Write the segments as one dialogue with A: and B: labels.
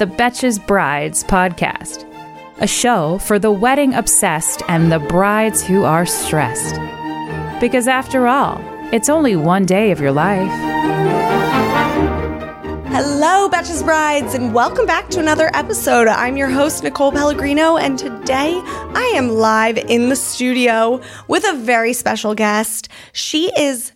A: the Betches Brides podcast, a show for the wedding obsessed and the brides who are stressed. Because after all, it's only one day of your life.
B: Hello, Betches Brides, and welcome back to another episode. I'm your host, Nicole Pellegrino, and today I am live in the studio with a very special guest. She is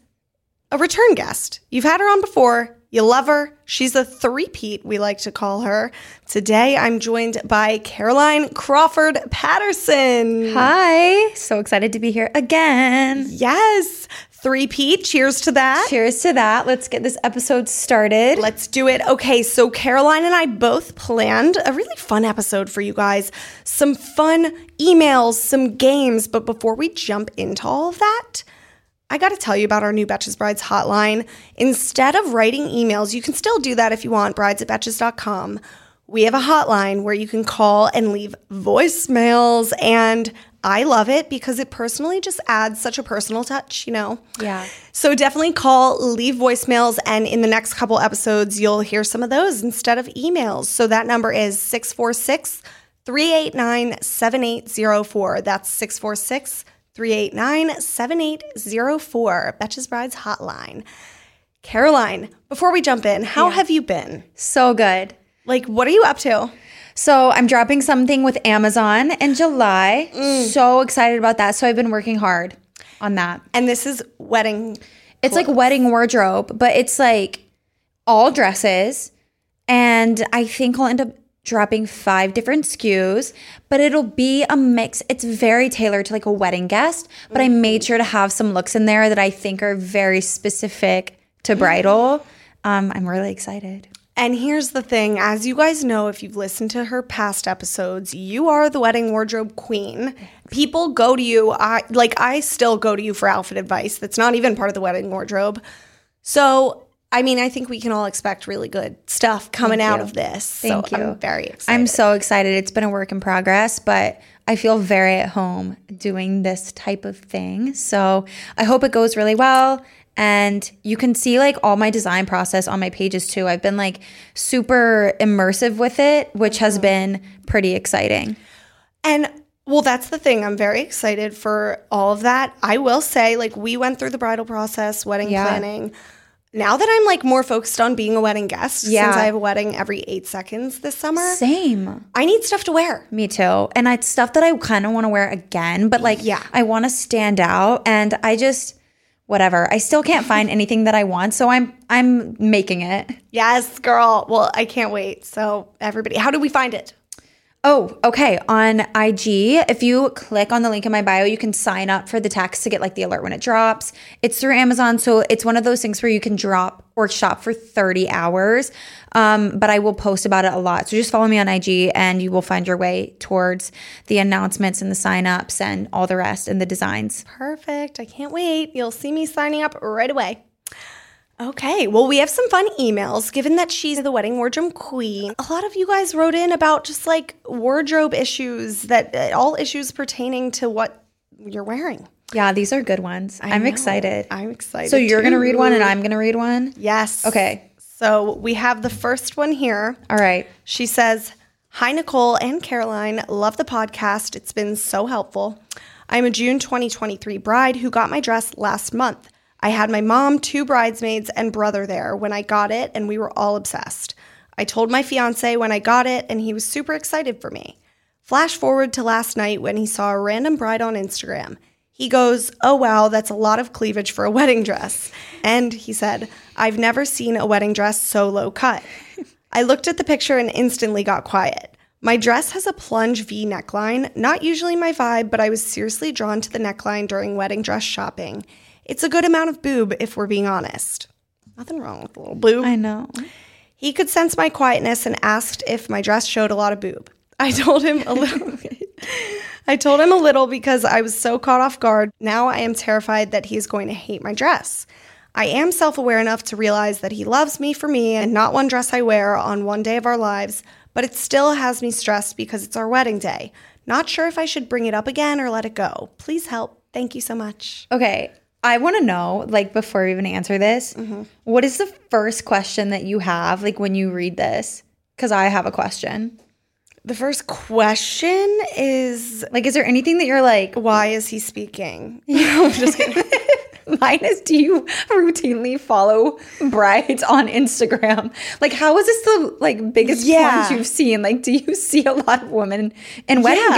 B: a return guest. You've had her on before. You love her. She's a three-peat, we like to call her. Today, I'm joined by Caroline Crawford Patterson.
C: Hi, so excited to be here again.
B: Yes, three-peat. Cheers to that.
C: Cheers to that. Let's get this episode started.
B: Let's do it. Okay, so Caroline and I both planned a really fun episode for you guys. Some fun emails, some games. But before we jump into all of that, I got to tell you about our new Betches Brides hotline. Instead of writing emails, you can still do that if you want, brides at betches.com. We have a hotline where you can call and leave voicemails. And I love it because it personally just adds such a personal touch, you know?
C: Yeah.
B: So definitely call, leave voicemails, and in the next couple episodes, you'll hear some of those instead of emails. So that number is 646 389 7804. That's 646 389 7804, Betches Brides Hotline. Caroline, before we jump in, how have you been?
C: So good.
B: Like, what are you up to?
C: So, I'm dropping something with Amazon in July. So excited about that. So, I've been working hard on that.
B: And this is wedding.
C: It's like wedding wardrobe, but it's like all dresses. And I think I'll end up dropping five different SKUs, but it'll be a mix. It's very tailored to like a wedding guest, but I made sure to have some looks in there that I think are very specific to bridal. Um, I'm really excited.
B: And here's the thing as you guys know, if you've listened to her past episodes, you are the wedding wardrobe queen. People go to you, I, like I still go to you for outfit advice that's not even part of the wedding wardrobe. So, I mean, I think we can all expect really good stuff coming out of this.
C: Thank
B: so
C: you.
B: I'm very excited.
C: I'm so excited. It's been a work in progress, but I feel very at home doing this type of thing. So I hope it goes really well. And you can see like all my design process on my pages too. I've been like super immersive with it, which has
B: Mm-hmm.
C: been pretty exciting.
B: And well, that's the thing. I'm very excited for all of that. I will say, like, we went through the bridal process, wedding
C: Yeah.
B: planning. Now that I'm like more focused on being a wedding guest,
C: Yeah.
B: since I have a wedding every eight seconds this summer,
C: Same.
B: I need stuff to wear.
C: Me too. And it's stuff that I kind of want to wear again, but like,
B: Yeah.
C: I want to stand out. And I just, whatever. I still can't find anything that I want. So I'm, I'm making it.
B: Yes, girl. Well, I can't wait. So, everybody, how do we find it?
C: Oh, okay. On IG, if you click on the link in my bio, you can sign up for the text to get like the alert when it drops. It's through Amazon, so it's one of those things where you can drop or shop for 30 hours. Um, but I will post about it a lot. So just follow me on IG and you will find your way towards the announcements and the sign ups and all the rest and the designs.
B: Perfect. I can't wait. You'll see me signing up right away. Okay, well, we have some fun emails. Given that she's the wedding wardrobe queen, a lot of you guys wrote in about just like wardrobe issues that uh, all issues pertaining to what you're wearing.
C: Yeah, these are good ones. I am excited.
B: I'm excited.
C: so you're going to
B: too.
C: read one and I'm going to read one?
B: Yes.
C: Okay.
B: So we have the first one here.
C: All right.
B: She says, Hi, Nicole and Caroline. Love the podcast. It's been so helpful. I'm a June 2023 bride who got my dress last month. I had my mom, two bridesmaids, and brother there when I got it, and we were all obsessed. I told my fiance when I got it, and he was super excited for me. Flash forward to last night when he saw a random bride on Instagram. He goes, Oh, wow, that's a lot of cleavage for a wedding dress. And he said, I've never seen a wedding dress so low cut. I looked at the picture and instantly got quiet. My dress has a plunge V neckline, not usually my vibe, but I was seriously drawn to the neckline during wedding dress shopping. It's a good amount of boob, if we're being honest. Nothing wrong with a little boob.
C: I know.
B: He could sense my quietness and asked if my dress showed a lot of boob. I told him a little. I told him a little because I was so caught off guard. Now I am terrified that he is going to hate my dress. I am self aware enough to realize that he loves me for me and not one dress I wear on one day of our lives, but it still has me stressed because it's our wedding day. Not sure if I should bring it up again or let it go. Please help. Thank you so much.
C: Okay. I want to know, like, before we even answer this,
B: Mm-hmm.
C: what is the first question that you have, like, when you read this? Because I have a question.
B: The first question is
C: Like, is there anything that you're like,
B: why is he speaking?
C: mine is do you routinely follow brides on Instagram? Like, how is this the, like, biggest
B: Yeah.
C: plunge you've seen? Like, do you see a lot of women in wedding
B: Yeah.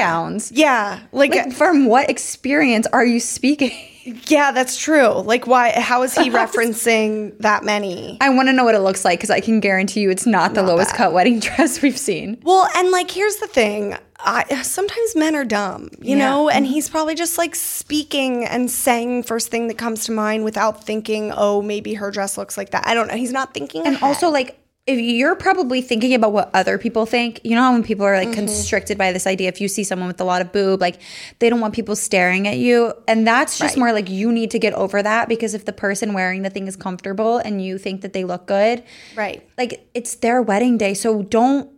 C: gowns?
B: Yeah, like,
C: Like, from what experience are you speaking?
B: yeah, that's true. Like why how is he referencing that many?
C: I want to know what it looks like because I can guarantee you it's not the lowest cut wedding dress we've seen.
B: Well, and like here's the thing. I sometimes men are dumb, you know, and
C: Mm-hmm.
B: he's probably just like speaking and saying first thing that comes to mind without thinking, "Oh, maybe her dress looks like that." I don't know. He's not thinking.
C: And
B: ahead.
C: also, like, if you're probably thinking about what other people think, you know how when people are like constricted by this idea, if you see someone with a lot of boob, like they don't want people staring at you. And that's just more like you need to get over that because if the person wearing the thing is comfortable and you think that they look good,
B: right.
C: like it's their wedding day. So don't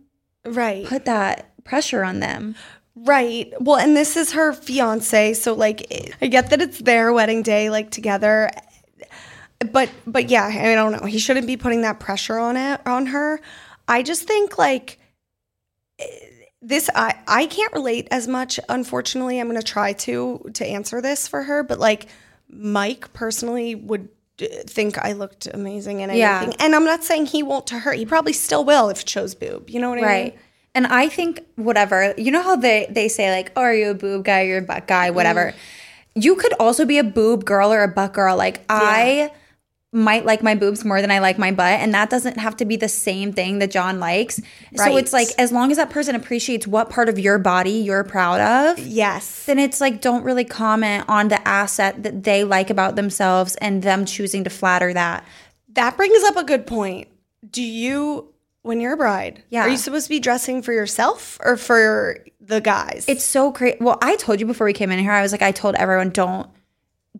B: Right.
C: put that pressure on them.
B: Right. Well, and this is her fiance, so like it- I get that it's their wedding day like together. But but yeah, I, mean, I don't know. He shouldn't be putting that pressure on it on her. I just think like eh, this I I can't relate as much unfortunately. I'm going to try to to answer this for her, but like Mike personally would d- think I looked amazing in
C: Yeah.
B: anything. And I'm not saying he won't to her. He probably still will if it shows boob. You know what I mean?
C: Right. And I think whatever, you know how they, they say like, oh, are you a boob guy, you're a butt guy, whatever. You could also be a boob girl or a butt girl. Like I might like my boobs more than I like my butt. And that doesn't have to be the same thing that John likes. So it's
B: Right.
C: like as long as that person appreciates what part of your body you're proud of,
B: Yes.
C: then it's like don't really comment on the asset that they like about themselves and them choosing to flatter that.
B: That brings up a good point. Do you, when you're a bride,
C: Yeah.
B: are you supposed to be dressing for yourself or for the guys?
C: It's so crazy. Well, I told you before we came in here, I was like, I told everyone, don't,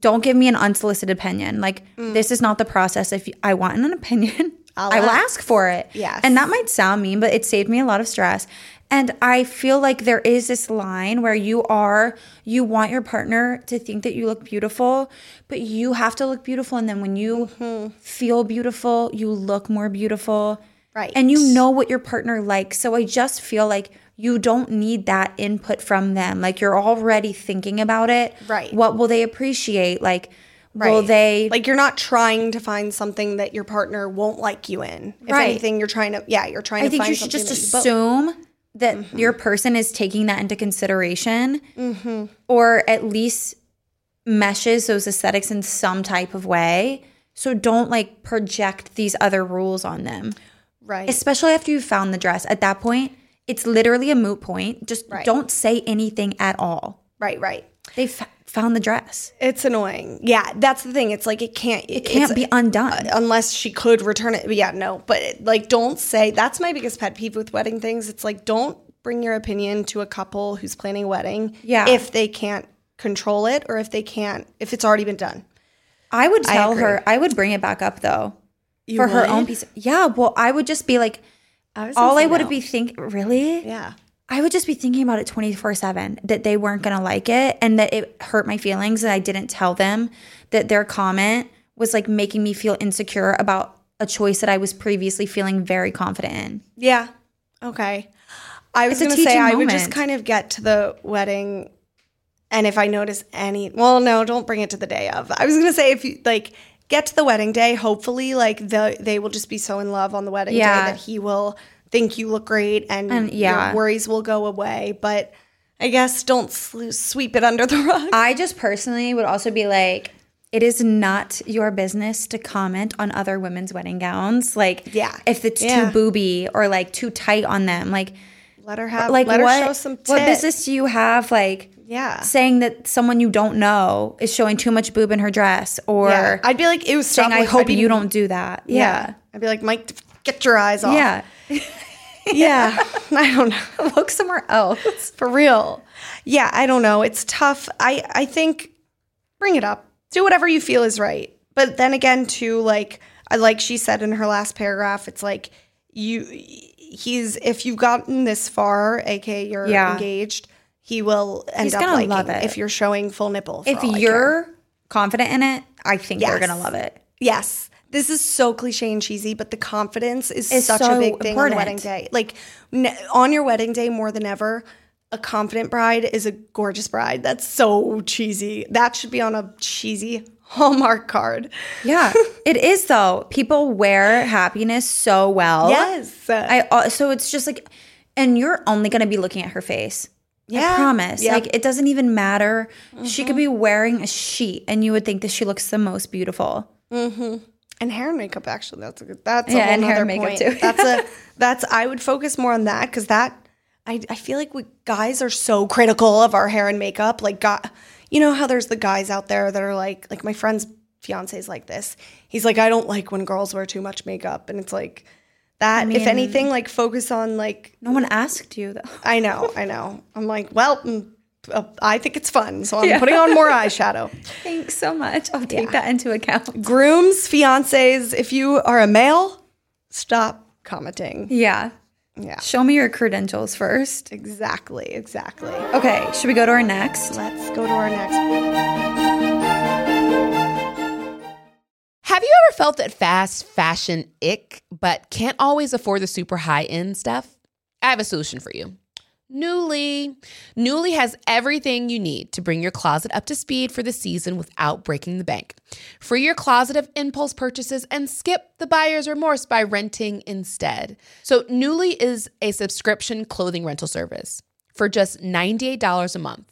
C: don't give me an unsolicited opinion. Like, this is not the process. If I want an opinion,
B: Mm. I'll
C: I will
B: ask.
C: ask for it.
B: Yes.
C: And that might sound mean, but it saved me a lot of stress. And I feel like there is this line where you are, you want your partner to think that you look beautiful, but you have to look beautiful. And then when you
B: Mm-hmm.
C: feel beautiful, you look more beautiful.
B: Right.
C: And you know what your partner likes. So I just feel like you don't need that input from them. Like you're already thinking about it.
B: Right.
C: What will they appreciate? Like, will
B: Right.
C: they
B: like you're not trying to find something that your partner won't like you in. If
C: Right.
B: anything, you're trying to yeah, you're trying
C: I
B: to
C: think
B: find
C: you should
B: something
C: just
B: that both- Mm-hmm.
C: assume that your person is taking that into consideration
B: Mm-hmm.
C: or at least meshes those aesthetics in some type of way. So don't like project these other rules on them,
B: right.
C: especially after you found the dress. At that point, it's literally a moot point. Just
B: Right.
C: don't say anything at all.
B: right, right.
C: They f- found the dress.
B: It's annoying. Yeah, that's the thing. It's like it can't it
C: Can't be undone.
B: unless she could return it. But yeah, no. But it, like, don't say that's my biggest pet peeve with wedding things. It's like, don't bring your opinion to a couple who's planning a wedding.
C: Yeah.
B: If they can't control it or if they can't, if it's already been done.
C: I would tell
B: agree.
C: her. I would bring it back up though, for her own piece. Of, yeah. Well, I would just be like, all I would be think really.
B: Yeah.
C: I would just be thinking about it twenty four seven that they weren't gonna like it and that it hurt my feelings and I didn't tell them that their comment was like making me feel insecure about a choice that I was previously feeling very confident in.
B: Yeah. Okay. I was
C: It's a
B: going to say
C: teaching
B: I would just
C: moment.
B: kind of get to the wedding and if I notice any well no, don't bring it to the day of. I was going to say if you like get to the wedding day, hopefully like the they will just be so in love on the wedding
C: Yeah.
B: day that he will think you look great and,
C: And, yeah.
B: your worries will go away, but I guess don't sl- sweep it under the rug.
C: I just personally would also be like, it is not your business to comment on other women's wedding gowns. Like,
B: Yeah.
C: if it's
B: Yeah.
C: too booby or like too tight on them, like,
B: let her have
C: like
B: Uh, let
C: what?
B: her show some
C: what
B: tit.
C: business do you have? Like,
B: Yeah.
C: saying that someone you don't know is showing too much boob in her dress or
B: yeah. I'd be like, ew, stop.
C: saying, I
B: like, I'd
C: hope
B: be-
C: you don't do that. Yeah.
B: I'd be like, Mike, get your eyes off.
C: Yeah.
B: Yeah. I don't know.
C: Look somewhere else.
B: For real. Yeah, I don't know. It's tough. I I think bring it up. Do whatever you feel is right. But then again, too, like I like she said in her last paragraph, it's like you he's if you've gotten this far, aka you're
C: Yeah.
B: engaged, he will end
C: He's
B: up
C: gonna
B: liking
C: love it.
B: if you're showing full nipple. for
C: If
B: all I care.
C: you're confident in it, I think you're
B: Yes.
C: going to love it.
B: Yes. This is so cliche and cheesy, but the confidence is
C: It's
B: such
C: so
B: a big thing
C: important.
B: on wedding day. Like n- on your wedding day more than ever, a confident bride is a gorgeous bride. That's so cheesy. That should be on a cheesy Hallmark card.
C: Yeah. it is though. People wear happiness so well.
B: Yes.
C: Oh. I al- so it's just like and you're only going to be looking at her face. I
B: Yeah.
C: promise.
B: Yeah.
C: Like it doesn't even matter. She could be wearing a sheet and you would think that she looks the most beautiful.
B: and hair and makeup actually that's a good that's a
C: Yeah,
B: whole
C: and hair
B: nother
C: and
B: point.
C: makeup, too.
B: that's a that's I would focus more on that because that I I feel like we guys are so critical of our hair and makeup like got you know how there's the guys out there that are like like my friend's fiance's like this he's like I don't like when girls wear too much makeup and it's like that if anything like focus on like
C: No one asked you though.
B: I know I know I'm like well. mm, uh, I think it's fun, so I'm putting on more eyeshadow.
C: Thanks so much. I'll take that into account.
B: Grooms, fiancés, if you are a male, stop commenting.
C: Yeah.
B: Yeah.
C: Show me your credentials first.
B: Exactly, exactly.
C: Okay, should we go to our next?
B: Let's go to our next.
D: Have you ever felt that fast fashion ick, but can't always afford the super high end stuff? I have a solution for you. Newly. Newly has everything you need to bring your closet up to speed for the season without breaking the bank. Free your closet of impulse purchases and skip the buyer's remorse by renting instead. So, Newly is a subscription clothing rental service. For just $98 a month,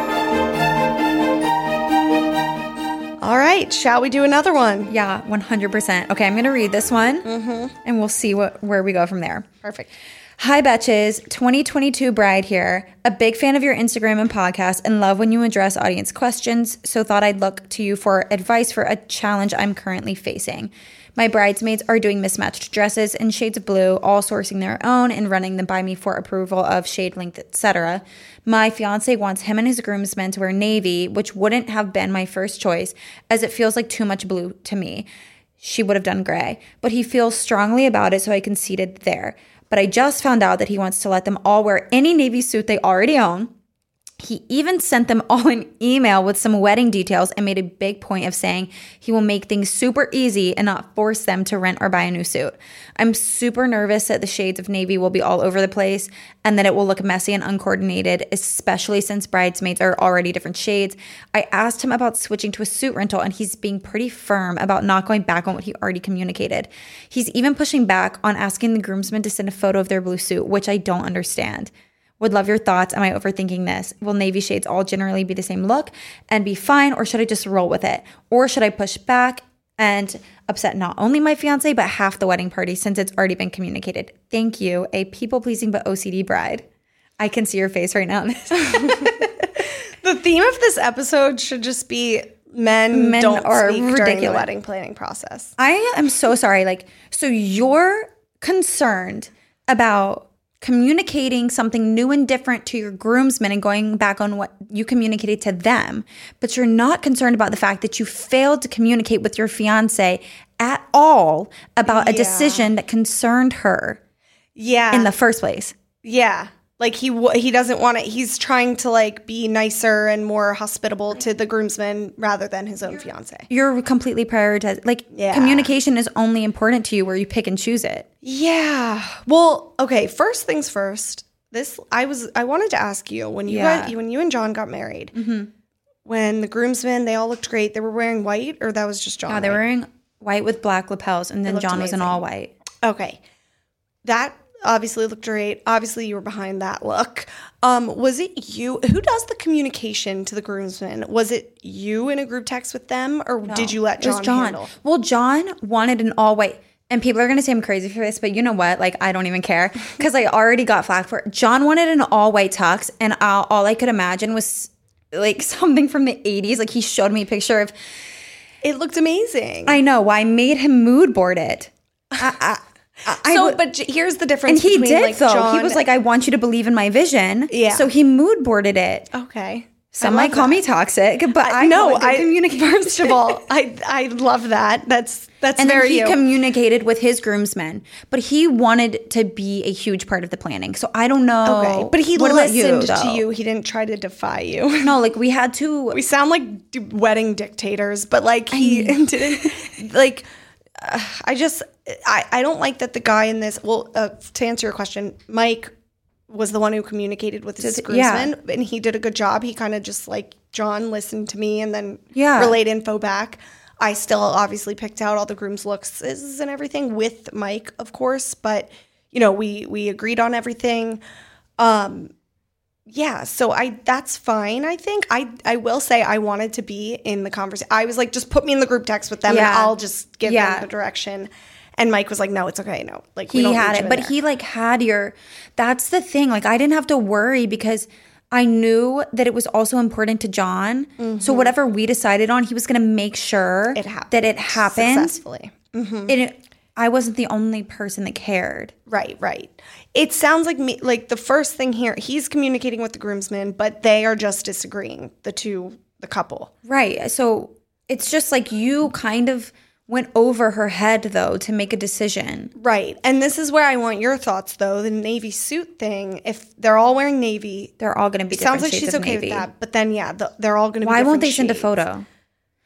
B: All right, shall we do another one?
C: Yeah, 100%. Okay, I'm going to read this one and we'll see what where we go from there.
B: Perfect.
C: Hi, Betches. 2022 Bride here. A big fan of your Instagram and podcast and love when you address audience questions. So, thought I'd look to you for advice for a challenge I'm currently facing. My bridesmaids are doing mismatched dresses in shades of blue, all sourcing their own and running them by me for approval of shade length, etc. My fiance wants him and his groomsmen to wear navy, which wouldn't have been my first choice as it feels like too much blue to me she would have done gray, but he feels strongly about it, so I conceded there. But I just found out that he wants to let them all wear any navy suit they already own. He even sent them all an email with some wedding details and made a big point of saying he will make things super easy and not force them to rent or buy a new suit. I'm super nervous that the shades of navy will be all over the place and that it will look messy and uncoordinated, especially since bridesmaids are already different shades. I asked him about switching to a suit rental and he's being pretty firm about not going back on what he already communicated. He's even pushing back on asking the groomsmen to send a photo of their blue suit, which I don't understand. Would love your thoughts. Am I overthinking this? Will navy shades all generally be the same look and be fine, or should I just roll with it? Or should I push back and upset not only my fiance, but half the wedding party since it's already been communicated? Thank you, a people pleasing but OCD bride. I can see your face right now.
B: The theme of this episode should just be men,
C: Men
B: don't
C: are
B: speak during the
C: ridiculous.
B: wedding planning process.
C: I am so sorry. Like, so you're concerned about communicating something new and different to your groomsmen and going back on what you communicated to them, but you're not concerned about the fact that you failed to communicate with your fiance at all about a decision that concerned her
B: Yeah.
C: in the first place.
B: yeah. Like he w- he doesn't want it. He's trying to like be nicer and more hospitable to the groomsmen rather than his own fiance.
C: You're completely prioritized. Like
B: Yeah.
C: communication is only important to you where you pick and choose it.
B: Yeah. Well, okay, first things first. This I was I wanted to ask you when you
C: Yeah.
B: got, when you and John got married. When the groomsmen, they all looked great. They were wearing white or that was just John.
C: Wow, they were
B: right?
C: wearing white with black lapels, and then
B: looked
C: John was in
B: amazing.
C: all white.
B: Okay. That obviously looked great. Obviously you were behind that look. Um was it you who does the communication to the groomsmen? Was it you in a group text with them or did you let
C: It was
B: John, handle?
C: Well, John wanted an all white. And people are going to say I'm crazy for this, but you know what? Like, I don't even care because I already got flack for it. John wanted an all white tux, and all, all I could imagine was like something from the 80s. Like, he showed me a picture of,
B: It looked amazing.
C: I know, why I made him mood board it. I, I, I, I
B: so
C: would-
B: but j- here's the difference
C: and he
B: between
C: did
B: like
C: though.
B: John
C: he was like, I want you to believe in my vision.
B: Yeah.
C: So he mood boarded it.
B: okay.
C: Some
B: I
C: might
B: love
C: call me toxic, but I,
B: no,
C: call it good
B: I
C: communication.
B: First of all, I I love that. That's that's
C: and
B: very
C: then he
B: you.
C: communicated with his groomsmen, but he wanted to be a huge part of the planning. So I don't know.
B: okay, but he
C: What about you,
B: listened to
C: though?
B: you. He didn't try to defy you.
C: No, like we had to.
B: We sound like d- wedding dictators, but like he didn't like. uh, I just I I don't like that the guy in this. Well, uh, to answer your question, Mike was the one who communicated with his
C: Did- yeah.
B: groomsmen, and he did a good job. He kind of just like John listened to me and then
C: Yeah.
B: relayed info back. I still obviously picked out all the groom's looks and everything with Mike, of course, but you know we we agreed on everything. Um, yeah, so I that's fine. I think I I will say I wanted to be in the conversation. I was like, just put me in the group text with them, and
C: Yeah.
B: I'll just give
C: Yeah.
B: them the direction. And Mike was like, no, it's okay, no, like we
C: he
B: don't need
C: had
B: you
C: it,
B: in
C: but
B: there.
C: he like had your. That's the thing. Like I didn't have to worry because I knew that it was also important to John. So whatever we decided on, he was going to make sure
B: Mm-hmm. It happened
C: that it happened.
B: successfully.
C: And it, I wasn't the only person that cared.
B: Right, right. It sounds like me like the first thing here, he's communicating with the groomsmen, but they are just disagreeing, the two the couple.
C: Right. So it's just like you kind of went over her head though to make a decision.
B: Right. And this is where I want your thoughts though, the navy suit thing, if they're all wearing navy,
C: They're all going to be
B: it sounds
C: different
B: like
C: shades
B: she's
C: of
B: okay
C: navy.
B: with that, but then yeah, the, they're all going to be
C: Why won't
B: different
C: they send a
B: shades.
C: photo?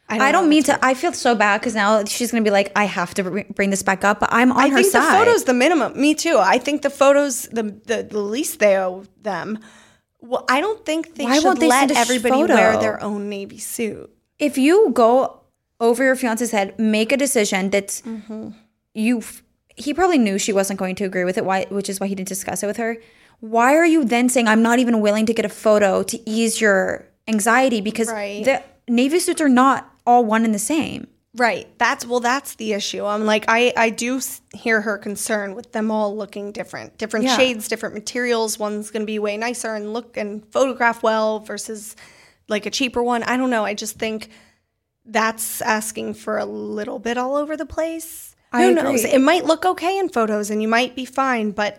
C: I don't,
B: know.
C: mean to. I feel so bad because now she's going to be like, I have to br- bring this back up, but I'm on
B: I
C: her
B: think
C: side.
B: the photos the minimum. Me too. I think the photos the the, the least they owe them. Well, I don't think they
C: Why
B: should
C: won't they
B: let
C: send a sh-
B: everybody wear
C: photo?
B: their own navy suit.
C: if you go over your fiance's head, make a decision that's you. f- He probably knew she wasn't going to agree with it, why, which is why he didn't discuss it with her. Why are you then saying I'm not even willing to get a photo to ease your anxiety? Because
B: Right.
C: the navy suits are not all one and the same.
B: Right. That's well. That's the issue. I'm like I I do s- hear her concern with them all looking different, different
C: Yeah.
B: shades, different materials. One's going to be way nicer and look and photograph well versus like a cheaper one. I don't know. I just think that's asking for a little bit all over the place.
C: I
B: Who
C: agree.
B: knows? It might look okay in photos, and you might be fine, but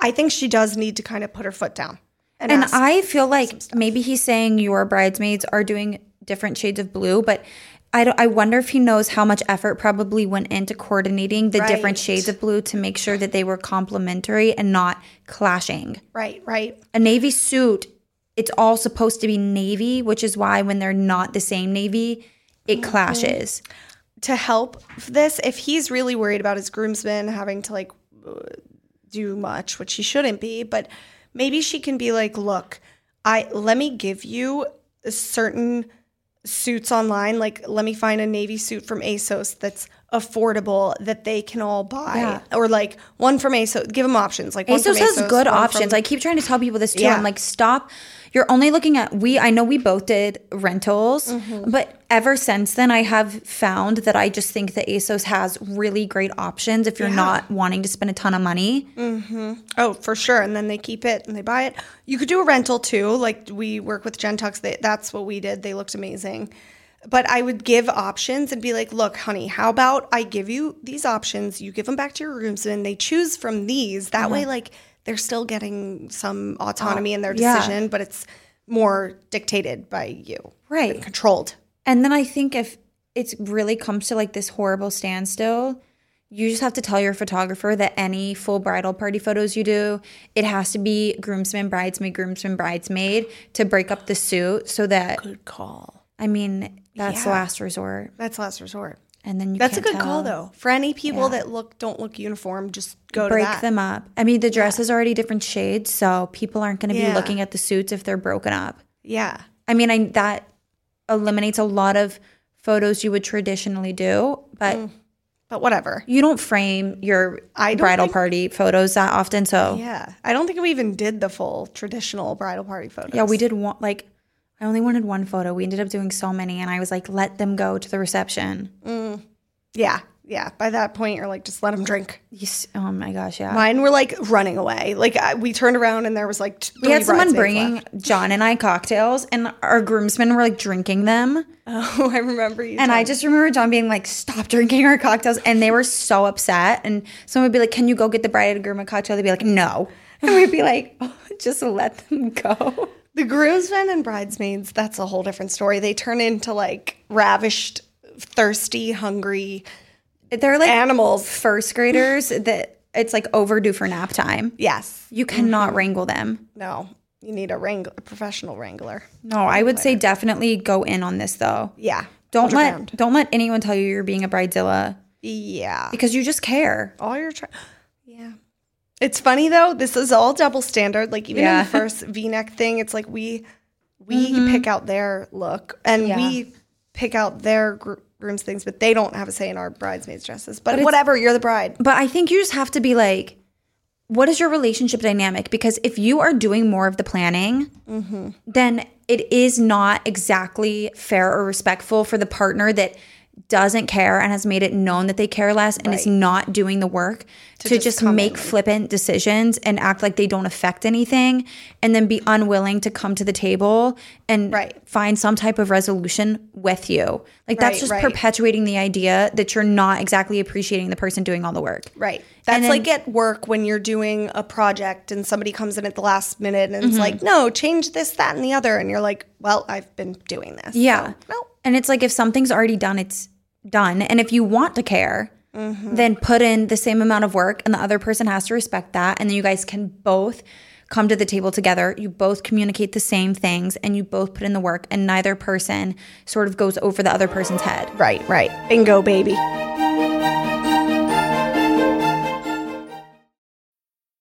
B: I think she does need to kind of put her foot down. And,
C: And
B: ask.
C: I feel like maybe he's saying your bridesmaids are doing different shades of blue, but I, don't, I wonder if he knows how much effort probably went into coordinating the
B: Right.
C: different shades of blue to make sure that they were complementary and not clashing.
B: right, right,
C: A navy suit, it's all supposed to be navy, which is why when they're not the same navy,
B: Oh,
C: it clashes.
B: to help f- this if he's really worried about his groomsmen having to like uh, do much which he shouldn't be but maybe she can be like look i let me give you certain suits online like let me find a navy suit from asos that's affordable that they can all buy or like one from asos give them options like one from
C: ASOS has good
B: one
C: options.
B: from-
C: I keep trying to tell people this too.
B: Yeah.
C: I'm like, stop. You're only looking at we. I know we both did rentals,
B: Mm-hmm.
C: but ever since then, I have found that I just think that ASOS has really great options if you're not wanting to spend a ton of money.
B: Oh, for sure. And then they keep it and they buy it. You could do a rental too. Like we work with Gentux. They, that's what we did. They looked amazing. But I would give options and be like, look, honey, how
C: Uh-huh.
B: about I give you these options? You give them back to your groomsmen. They choose from these. That way, like, they're still getting some autonomy in their
C: Oh, yeah.
B: decision, but it's more dictated by you,
C: Right.
B: controlled.
C: And then I think if it really comes to like this horrible standstill, you just have to tell your photographer that any full bridal party photos you do, it has to be groomsman, bridesmaid, groomsman, bridesmaid to break up the suit so that
B: Good call.
C: I mean, that's the
B: Yeah.
C: last resort.
B: That's last resort.
C: And then you
B: That's a
C: can't
B: good call
C: tell.
B: though. For any people that look don't look uniform, just go
C: break
B: to that.
C: them up. I mean, the dress is already different shades, so people aren't going to
B: Yeah.
C: be looking at the suits if they're broken up.
B: Yeah.
C: I mean, I that eliminates a lot of photos you would traditionally do, but
B: But whatever.
C: you don't frame your
B: Mm. I don't
C: bridal
B: think-
C: party photos that often. So yeah,
B: Yeah. I don't think we even did the full traditional bridal party photos.
C: we did one. Like, I only wanted one photo. We ended up doing so many, and I was like, let them go to the reception.
B: Mm. Yeah. Yeah. By that point, you're like, just let them drink.
C: You s- oh my gosh, yeah.
B: Mine were like running away. Like I, we turned around and there was like t-
C: we had
B: three
C: someone
B: bridesmaids
C: bringing
B: left.
C: John and I cocktails, and our groomsmen were like drinking them.
B: Oh, I remember you.
C: And I
B: telling-
C: just remember John being like, stop drinking our cocktails. And they were so upset. And someone would be like, can you go get the bride and groom a cocktail? They'd be like, no. And we'd be like, oh, just let them go.
B: the groomsmen and bridesmaids. That's a whole different story. They turn into like ravished, thirsty, hungry.
C: They're like
B: Animals.
C: first graders that it's like overdue for nap time.
B: Yes.
C: You cannot wrangle them.
B: No. You need a wrangle, a professional wrangler.
C: No, I would say definitely go in on this though.
B: Yeah.
C: Don't
B: Hold your
C: let
B: ground.
C: don't let anyone tell you you're being a bridezilla
B: Yeah.
C: because you just care.
B: all your tra- yeah it's funny though this is all double standard like even
C: Yeah. Mm-hmm.
B: in the first v-neck thing it's like we we pick out their look and we pick out their gr- groom's things but they don't have a say in our bridesmaids dresses but, whatever you're the bride
C: But I think you just have to be like, what is your relationship dynamic? Because if you are doing more of the planning,
B: Mm-hmm.
C: then it is not exactly fair or respectful for the partner that doesn't care and has made it known that they care less and is not doing the work to, just, make flippant decisions and act like they don't affect anything and then be unwilling to come to the table and
B: Right.
C: find some type of resolution with you. Like that's
B: Right,
C: just
B: right.
C: perpetuating the idea that you're not exactly appreciating the person doing all the work.
B: right that's
C: then-
B: like at work when you're doing a project and somebody comes in at the last minute and it's
C: Mm-hmm.
B: like no change this that and the other and you're like well i've been doing this so,
C: Yeah.
B: no
C: And it's like if something's already done, it's done. And if you want to care, then put in the same amount of work and the other person has to respect that. And then you guys can both come to the table together. You both communicate the same things and you both put in the work and neither person sort of goes over the other person's head.
B: right right bingo baby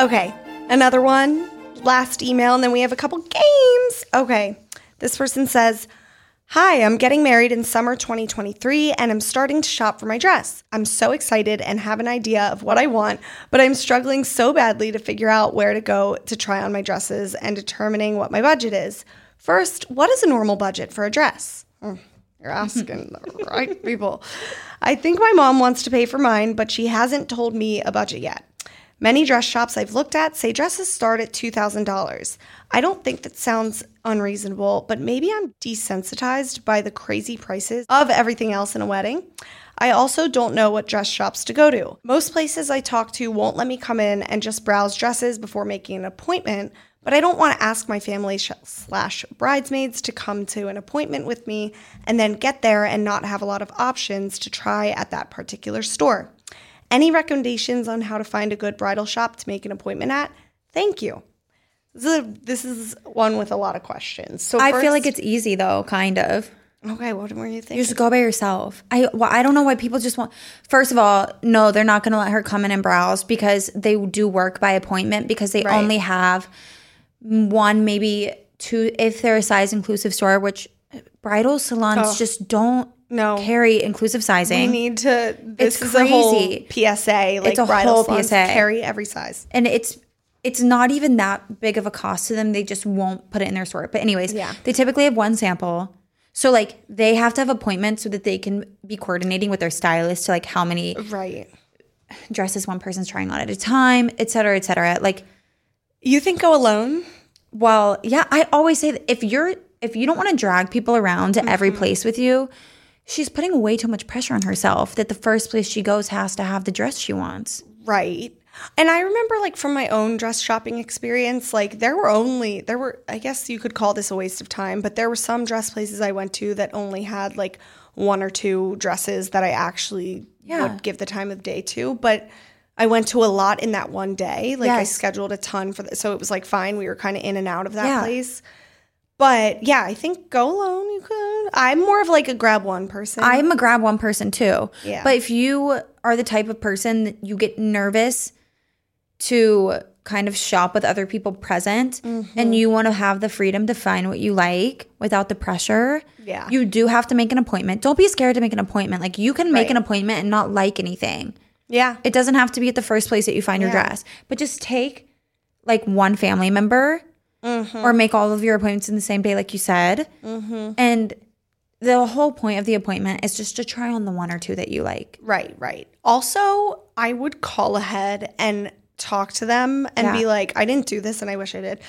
B: Okay, another one. Last email, and then we have a couple games. Okay, this person says, Hi, I'm getting married in summer 2023 and I'm starting to shop for my dress. I'm so excited and have an idea of what I want, but I'm struggling so badly to figure out where to go to try on my dresses and determining what my budget is. First, what is a normal budget for a dress? Hmm, You're asking the right people. I think my mom wants to pay for mine, but she hasn't told me a budget yet. Many dress shops I've looked at say dresses start at $2,000. I don't think that sounds unreasonable, but maybe I'm desensitized by the crazy prices of everything else in a wedding. I also don't know what dress shops to go to. Most places I talk to won't let me come in and just browse dresses before making an appointment, but I don't want to ask my family sh- slash bridesmaids to come to an appointment with me and then get there and not have a lot of options to try at that particular store. Any recommendations on how to find a good bridal shop to make an appointment at? Thank you. This is, this is one with a lot of questions. So
C: I feel
B: first-
C: like it's easy though, kind of.
B: okay. What were you
C: You
B: thinking?
C: just go by yourself. I well, I don't know why people just want. First of all, no, they're not going to let her come in and browse because they do work by appointment because they only have one, maybe two, if they're a size inclusive store. Which bridal salons just don't
B: No.
C: Carry inclusive
B: We
C: sizing.
B: need to. This
C: It's
B: is a whole
C: crazy.
B: PSA. Like
C: It's a
B: bridal
C: whole
B: salons
C: PSA.
B: carry every size.
C: and it's it's not even that big of a cost to them. They just won't put it in their store. But anyways,
B: Yeah.
C: they typically have one sample. So like they have to have appointments so that they can be coordinating with their stylist to like how many
B: Right.
C: dresses one person's trying on at a time, et cetera, et cetera. Like,
B: You think go alone?
C: well, yeah, I always say that if you're if you don't want to drag people around to every place with you, she's putting way too much pressure on herself that the first place she goes has to have the dress she wants.
B: Right. And I remember like from my own dress shopping experience, like there were only there were I guess you could call this a waste of time, but there were some dress places I went to that only had like one or two dresses that I actually would give the time of day to, but I went to a lot in that one day. Like I
C: Yes.
B: scheduled a ton for the, so it was like fine, we were kind of in and out of that
C: Yeah.
B: place. But yeah, I think go alone you could. I'm more of like a grab one person.
C: I'm a grab one person too.
B: Yeah.
C: But if you are the type of person that you get nervous to kind of shop with other people present
B: Mm-hmm.
C: and you want to have the freedom to find what you like without the pressure,
B: Yeah.
C: you do have to make an appointment. Don't be scared to make an appointment. Like you can make
B: Right.
C: an appointment and not like anything.
B: yeah.
C: It doesn't have to be at the first place that you find your
B: Yeah.
C: dress, but just take like one family member
B: Mm-hmm.
C: or make all of your appointments in the same day, like you said. And the whole point of the appointment is just to try on the one or two that you like.
B: Right, right. Also, I would call ahead and talk to them and
C: Yeah.
B: be like, I didn't do this and I wish I did.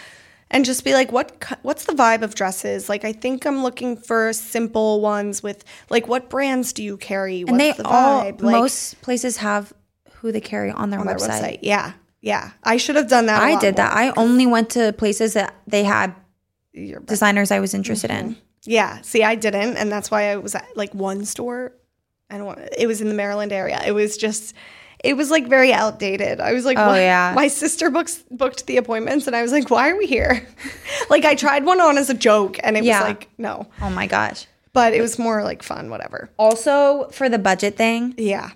B: And just be like, what co- what's the vibe of dresses? Like I think I'm looking for simple ones with like what brands do you carry? What's
C: and they
B: the
C: all,
B: vibe? Like,
C: most places have who they carry on their,
B: on their
C: website.
B: website. Yeah. Yeah. I should have done that. I
C: I did that. I only went to places that they had designers I was interested in.
B: Mm-hmm. Yeah. See, I didn't, and that's why I was at like one store. I don't want. It was in the Maryland area. It was just. It was like very outdated. I was like,
C: Oh,
B: why-
C: yeah.
B: My sister books booked the appointments, and I was like, why are we here? like I tried one on as a joke, and it
C: Yeah.
B: was like, no.
C: Oh my gosh.
B: But it was more like fun, whatever.
C: Also, for the budget thing,
B: Yeah.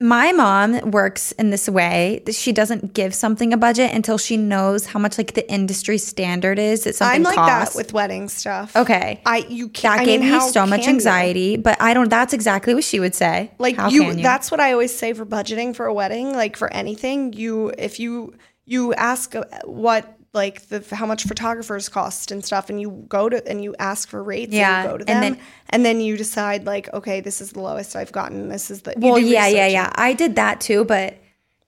C: my mom works in this way that she doesn't give something a budget until she knows how much like the industry standard is that something
B: I'm like
C: costs.
B: that with wedding stuff.
C: okay.
B: I you can't.
C: that
B: I
C: gave
B: mean,
C: me
B: how
C: so much
B: can you?
C: anxiety, but I don't. That's exactly what she would say.
B: like
C: How
B: you,
C: can
B: that's what i always say for budgeting for a wedding like for anything you if you you ask uh, what like the how much photographers cost and stuff and you go to and you ask for rates
C: Yeah,
B: and you go to them
C: and
B: and
C: then-
B: then, you decide like okay this is the lowest i've gotten this is the you
C: well,
B: do
C: yeah, yeah,
B: research.
C: yeah. I did that too, but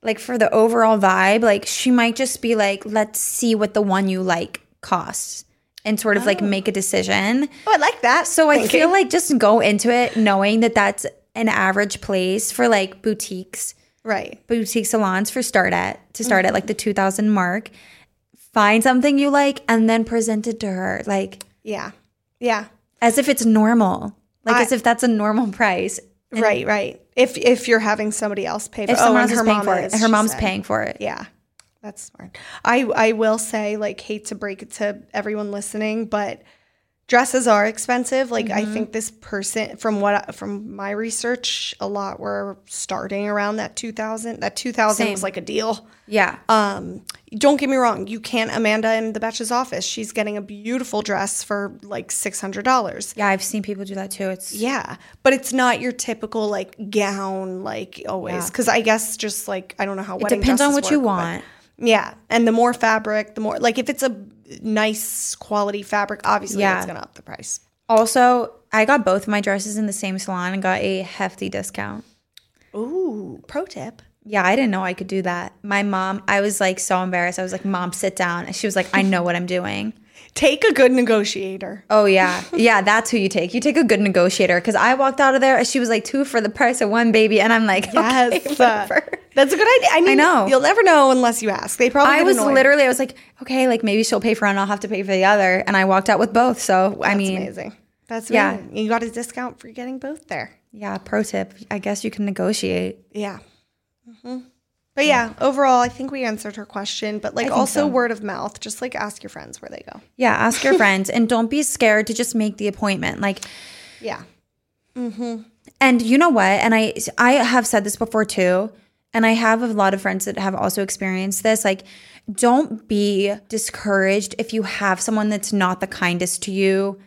C: like for the overall vibe, like she might just be like, "Let's see what the one you like costs," and sort of like make a decision.
B: oh i like that
C: So I
B: thinking.
C: feel like just go into it knowing that that's an average place for like boutiques.
B: right
C: boutique salons for start at to start at
B: Mm-hmm.
C: like the 2000 mark find something you like and then present it to her like
B: yeah yeah
C: as if it's normal like
B: I-
C: as if that's a normal price
B: right right if if you're having somebody else pay for
C: if
B: oh,
C: someone
B: and
C: else is
B: her
C: paying
B: mom
C: for it
B: is,
C: and her
B: she
C: mom's
B: said.
C: paying for it
B: Yeah, that's smart. I I will say, like, hate to break it to everyone listening, but dresses are expensive. Like,
C: Mm-hmm.
B: I think this person, from what from my research, a lot were starting around that two thousand. That two thousand was
C: Same.
B: like a deal.
C: yeah
B: Um, don't get me wrong. You can't Amanda in the Betch's office. She's getting a beautiful dress for like six hundred dollars.
C: yeah i've seen people do that too it's
B: Yeah, but it's not your typical like gown, like always. Because I guess just like I don't know how
C: it depends on what you want
B: yeah. And the more fabric, the more like if it's a nice quality fabric, obviously
C: Yeah.
B: that's gonna up the price.
C: also i got both of my dresses in the same salon and got a hefty discount
B: Ooh, pro tip.
C: yeah, I didn't know I could do that. My mom, I was like so embarrassed. I was like, "Mom, sit down." And she was like, "I know what I'm doing."
B: Take a good negotiator.
C: Oh yeah, yeah. That's who you take. You take a good negotiator because I walked out of there. and She was like two for the price of one, baby, and I'm like,
B: Yes. uh,
C: okay, whatever.
B: That's a good idea. I mean
C: know.
B: you'll never know unless you ask. They probably
C: I
B: get
C: was
B: annoyed.
C: literally, I was like, okay, like maybe she'll pay for one, I'll have to pay for the other, and I walked out with both. So I
B: that's
C: mean,
B: amazing. That's
C: Yeah.
B: amazing. You got a discount for getting both there.
C: yeah. Pro tip: I guess you can negotiate.
B: Yeah. Mhm. But yeah, overall, I think we answered her question. But like, also word of mouth, just like ask your friends where they go.
C: Yeah, ask your friends, and don't be scared to just make the appointment. Like,
B: Yeah,
C: And you know what? And I I have said this before too, and I have a lot of friends that have also experienced this. Like, don't be discouraged if you have someone that's not the kindest to you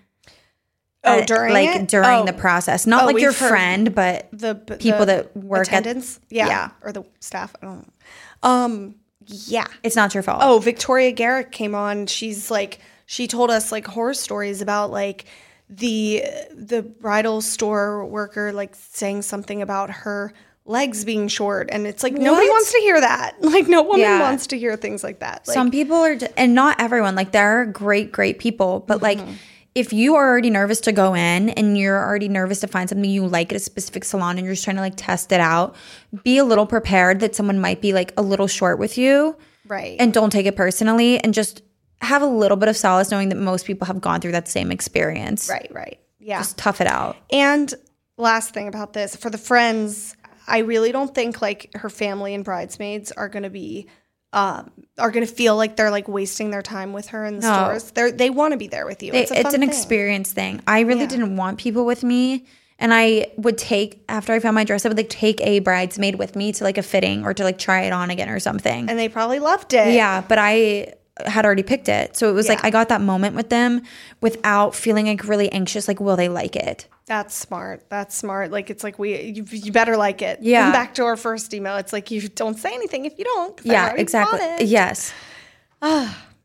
B: Oh,
C: uh,
B: during
C: like
B: it?
C: during
B: Oh.
C: the process, not
B: Oh,
C: like
B: we've
C: your
B: heard
C: friend, but
B: the b-
C: people
B: the
C: that work at-
B: attendants, yeah. or the staff. I don't know. Um, yeah.
C: it's not your fault.
B: Oh, Victoria Garrick came on. She's like she told us like horror stories about like the the bridal store worker like saying something about her legs being short and it's like nobody wants to hear that. Like no woman
C: Yeah.
B: wants to hear things like that. Like,
C: some people are, ju- and not everyone. Like there are great, great people, but
B: Mm-hmm.
C: like if you are already nervous to go in and you're already nervous to find something you like at a specific salon and you're just trying to like test it out, be a little prepared that someone might be like a little short with you,
B: right.
C: and don't take it personally, and just have a little bit of solace knowing that most people have gone through that same experience.
B: right, right. Yeah.
C: Just tough it out.
B: And last thing about this for the friends, I really don't think like her family and bridesmaids are going to be um, are going to feel like they're like wasting their time with her in the stores. They they want to be there with you.
C: They-
B: it's
C: it's,
B: a fun
C: an
B: thing.
C: experience thing. I really didn't want people with me. And I would take after I found my dress, I would like take a bridesmaid with me to like a fitting or to like try it on again or something.
B: and they probably loved it.
C: yeah, but I had already picked it. So it was like I got that moment with them without feeling like really anxious, like, will they like it?
B: that's smart. That's smart. Like it's like we you, you better like it.
C: Yeah.
B: And back to our first email. It's like you don't say anything if you don't. 'cause I
C: yeah,
B: already
C: exactly.
B: bought it.
C: Yes.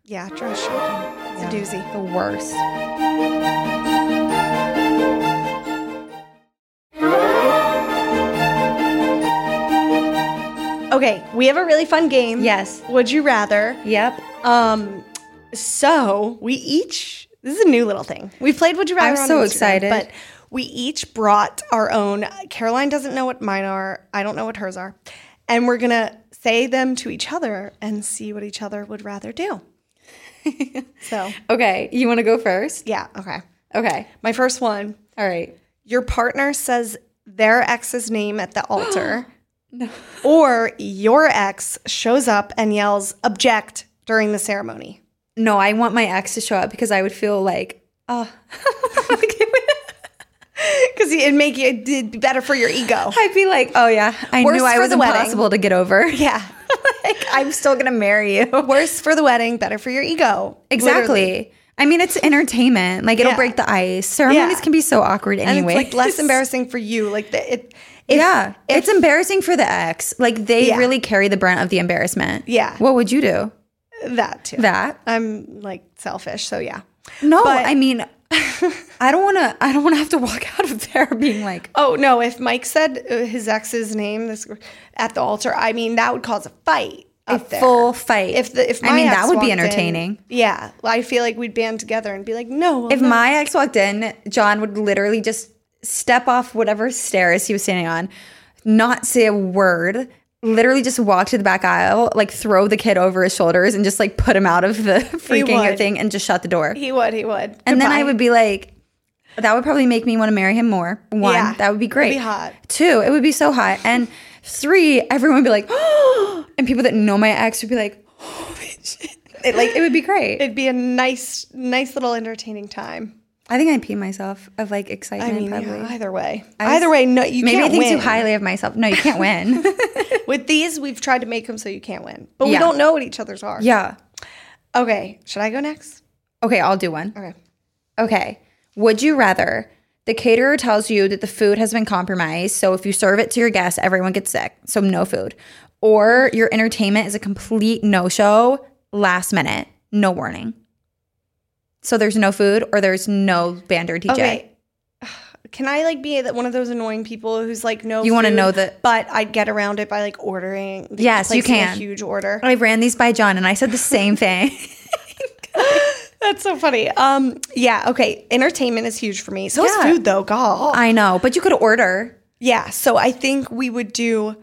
B: yeah. Dress shopping. It's a doozy.
C: The worst.
B: Okay, we have a really fun game.
C: Yes.
B: Would you rather?
C: Yep.
B: Um, so we each this is a new little thing. We played Would You Rather.
C: I'm
B: on
C: so
B: Instagram,
C: excited.
B: But we each brought our own. Caroline doesn't know what mine are. I don't know what hers are, and we're gonna say them to each other and see what each other would rather do. so
C: Okay. You want to go first?
B: yeah, okay.
C: Okay.
B: My first one.
C: All right.
B: Your partner says their ex's name at the altar. Or your ex shows up and yells object during the ceremony.
C: No, I want my ex to show up because I would feel like, oh,
B: Because it'd make you it'd be better for your ego.
C: I'd be like, oh yeah, I
B: Worse
C: knew I
B: for
C: was
B: the wedding.
C: impossible to get over.
B: Yeah.
C: like, I'm still gonna marry you.
B: Worse for the wedding, better for your ego.
C: Exactly.
B: Literally.
C: I mean, it's entertainment. Like it'll
B: Yeah.
C: break the ice. Ceremonies
B: Yeah.
C: can be so awkward
B: And
C: anyway.
B: it's like less embarrassing for you. Like the, it, if-
C: yeah, it's embarrassing for the ex. Like they
B: Yeah.
C: really carry the brunt of the embarrassment.
B: Yeah.
C: What would you do?
B: that too.
C: That?
B: I'm like selfish, so yeah.
C: No,
B: But-
C: I mean, I don't want to. I don't want to have to walk out of there being like,
B: Oh no! If Mike said uh, his ex's name this at the altar, I mean that would cause a fight.
C: A
B: up there.
C: full fight.
B: If the if
C: I
B: my
C: mean, that
B: ex
C: would be
B: walked in,
C: entertaining.
B: yeah, well, I feel like we'd band together and be like, no. well,
C: If
B: no.
C: my ex walked in, John would literally just step off whatever stairs he was standing on, not say a word, literally just walk to the back aisle, like throw the kid over his shoulders and just like put him out of the freaking
B: would.
C: thing and just shut the door.
B: he would, he would,
C: and then I
B: Goodbye.
C: would be like, that would probably make me want to marry him more. One,
B: Yeah.
C: that would be great.
B: It'd be hot.
C: Two, it would be so hot. And three, everyone would be like, and people that know my ex would be like, holy shit. It, like, it would be great.
B: It'd be a nice, nice little entertaining time.
C: I think I'd pee myself of like
B: I
C: excitement.
B: mean, yeah,
C: probably.
B: either way,
C: I-
B: either way, no, you
C: Maybe I
B: can't
C: think
B: win.
C: too highly of myself. No, you can't win.
B: With these, we've tried to make them so you can't win, but we
C: Yeah.
B: don't know what each other's are.
C: yeah.
B: Okay, should I go next?
C: Okay, I'll do one.
B: Okay.
C: Okay. Would you rather the caterer tells you that the food has been compromised, so if you serve it to your guests, everyone gets sick, so no food, or your entertainment is a complete no-show, last minute, no warning. So there's no food, or there's no band or DJ.
B: Okay. Can I like be that one of those annoying people who's like no?
C: You wanna
B: food,
C: know that-
B: but I'd get around it by like ordering. like,
C: Yes, you
B: placing
C: can.
B: A huge order.
C: I ran these by John, and I said the same thing.
B: That's so funny. Um, yeah. Okay, entertainment is huge for me. So
C: Yeah.
B: is food though. God.
C: I know, but you could order.
B: yeah. So I think we would do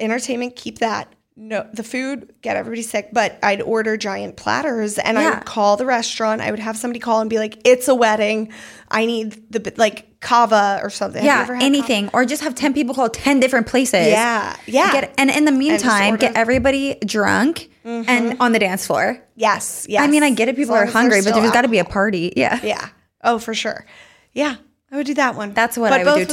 B: entertainment. Keep that. No, the food get everybody sick, but I'd order giant platters and I
C: Yeah.
B: would call the restaurant. I would have somebody call and be like, "It's a wedding. I need the like kava or something." Have you ever
C: yeah,
B: had
C: anything, or just have ten people call ten different places.
B: kava? Yeah, yeah.
C: Get, and in the meantime,
B: order.
C: get everybody drunk and on the dance floor.
B: Yes, yes.
C: I mean, I get it.
B: As
C: People
B: long
C: are
B: as there's
C: hungry, but
B: still
C: there's got to be a party. Yeah.
B: alcohol. Yeah. Oh, for sure. Yeah, I would do that one.
C: That's what I would do, too.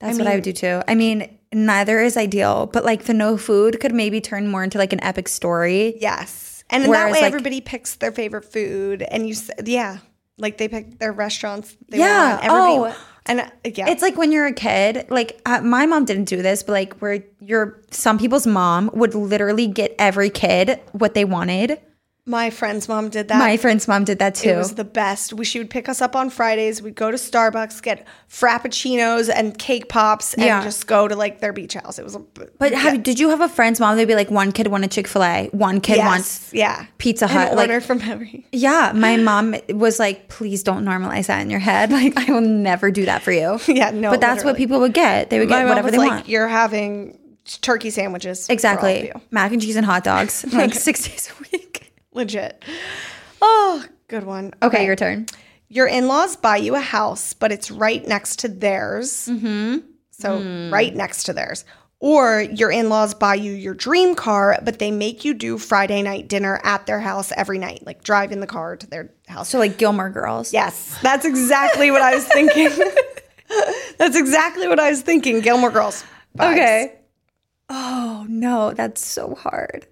C: That's what I would do too. I mean, neither is ideal, but like the no food could maybe turn more into like an epic story.
B: Yes, and in that
C: Whereas,
B: way,
C: like-
B: everybody picks their favorite food, and you. s- Yeah, Like they pick their restaurants. They
C: Yeah.
B: Want on every
C: Oh.
B: And uh, yeah.
C: It's like when you're a kid, like uh, my mom didn't do this, but like where your some people's mom would literally get every kid what they wanted.
B: my friend's mom did that.
C: my friend's mom did that too.
B: It was the best. We, she would pick us up on Fridays. We'd go to Starbucks, get frappuccinos and cake pops, and
C: Yeah.
B: just go to like their beach house. It was a
C: but have, did you have a friend's mom? They'd be like, one kid wanted Chick Fil A, one kid
B: yes,
C: wants
B: yeah.
C: Pizza
B: An
C: Hut.
B: order
C: Like,
B: from every.
C: yeah, my mom was like, please don't normalize that in your head. Like, I will never do that for you.
B: Yeah, no,
C: But that's what
B: literally.
C: people would get. They would
B: My
C: get
B: mom
C: whatever
B: was
C: they
B: like,
C: want.
B: "You're having turkey sandwiches." for all of
C: Exactly,
B: you."
C: mac and cheese and hot dogs, like six days a week.
B: legit. Oh, good one.
C: Okay, your turn.
B: Your in laws buy you a house, but it's right next to theirs. Mm-hmm. So,
C: Mm.
B: right next to theirs. Or your in laws buy you your dream car, but they make you do Friday night dinner at their house every night, like drive in the car to their house.
C: So like Gilmore Girls.
B: yes, that's exactly what I was thinking. that's exactly what I was thinking. Gilmore Girls. vibes.
C: Okay. Oh no, that's so hard.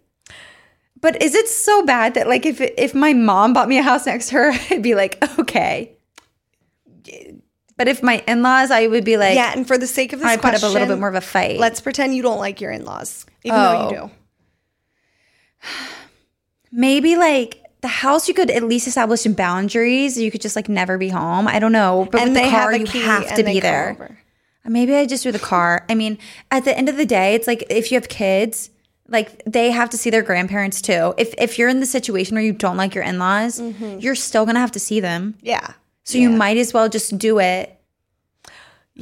C: But is it so bad that like if if my mom bought me a house next to her, I'd be like, okay. But if my in-laws, I would be like,
B: yeah, and for the sake of this
C: I put up a little
B: question,
C: bit more of a fight.
B: Let's pretend you don't like your in laws, even though you
C: Oh.
B: do.
C: maybe like the house you could at least establish some boundaries. You could just like never be home. I don't know. But with
B: And
C: the
B: they
C: car,
B: have a
C: you
B: key
C: have
B: and
C: to
B: they
C: be
B: come
C: there.
B: over.
C: Maybe I just do the car. I mean, at the end of the day, it's like if you have kids, like they have to see their grandparents too. If if you're in the situation where you don't like your in-laws, you're still gonna have to see them.
B: Mm-hmm. Yeah.
C: So you might as well just do it.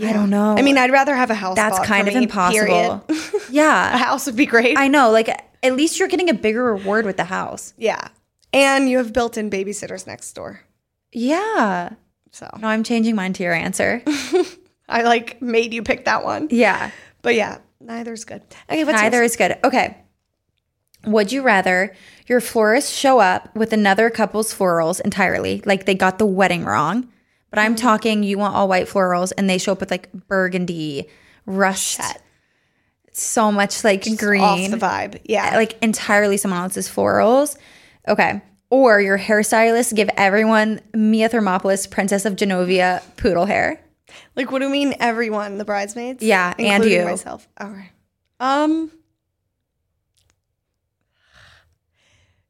C: I don't know.
B: I mean, I'd rather have a house.
C: that's
B: bought
C: kind
B: for
C: of
B: me,
C: impossible.
B: period. a
C: yeah.
B: house would be great.
C: I know. Like at least you're getting a bigger reward with the house.
B: yeah. And you have built in babysitters next door.
C: Yeah.
B: So
C: No, I'm changing mine to your answer.
B: I like made you pick that one.
C: yeah.
B: But yeah, neither's good. Okay, what's
C: Neither
B: yours?
C: is good. Okay. Would you rather your florist show up with another couple's florals entirely, like they got the wedding wrong? But
B: Mm-hmm.
C: I'm talking, you want all white florals, and they show up with like burgundy, rushed, so much like green, eh,
B: off the vibe. Yeah.
C: like entirely someone else's florals. Okay. Or your hairstylist give everyone Mia Thermopolis, Princess of Genovia, poodle hair.
B: like what do you mean everyone? The bridesmaids?
C: Yeah, and
B: Including
C: you.
B: myself. All right. Um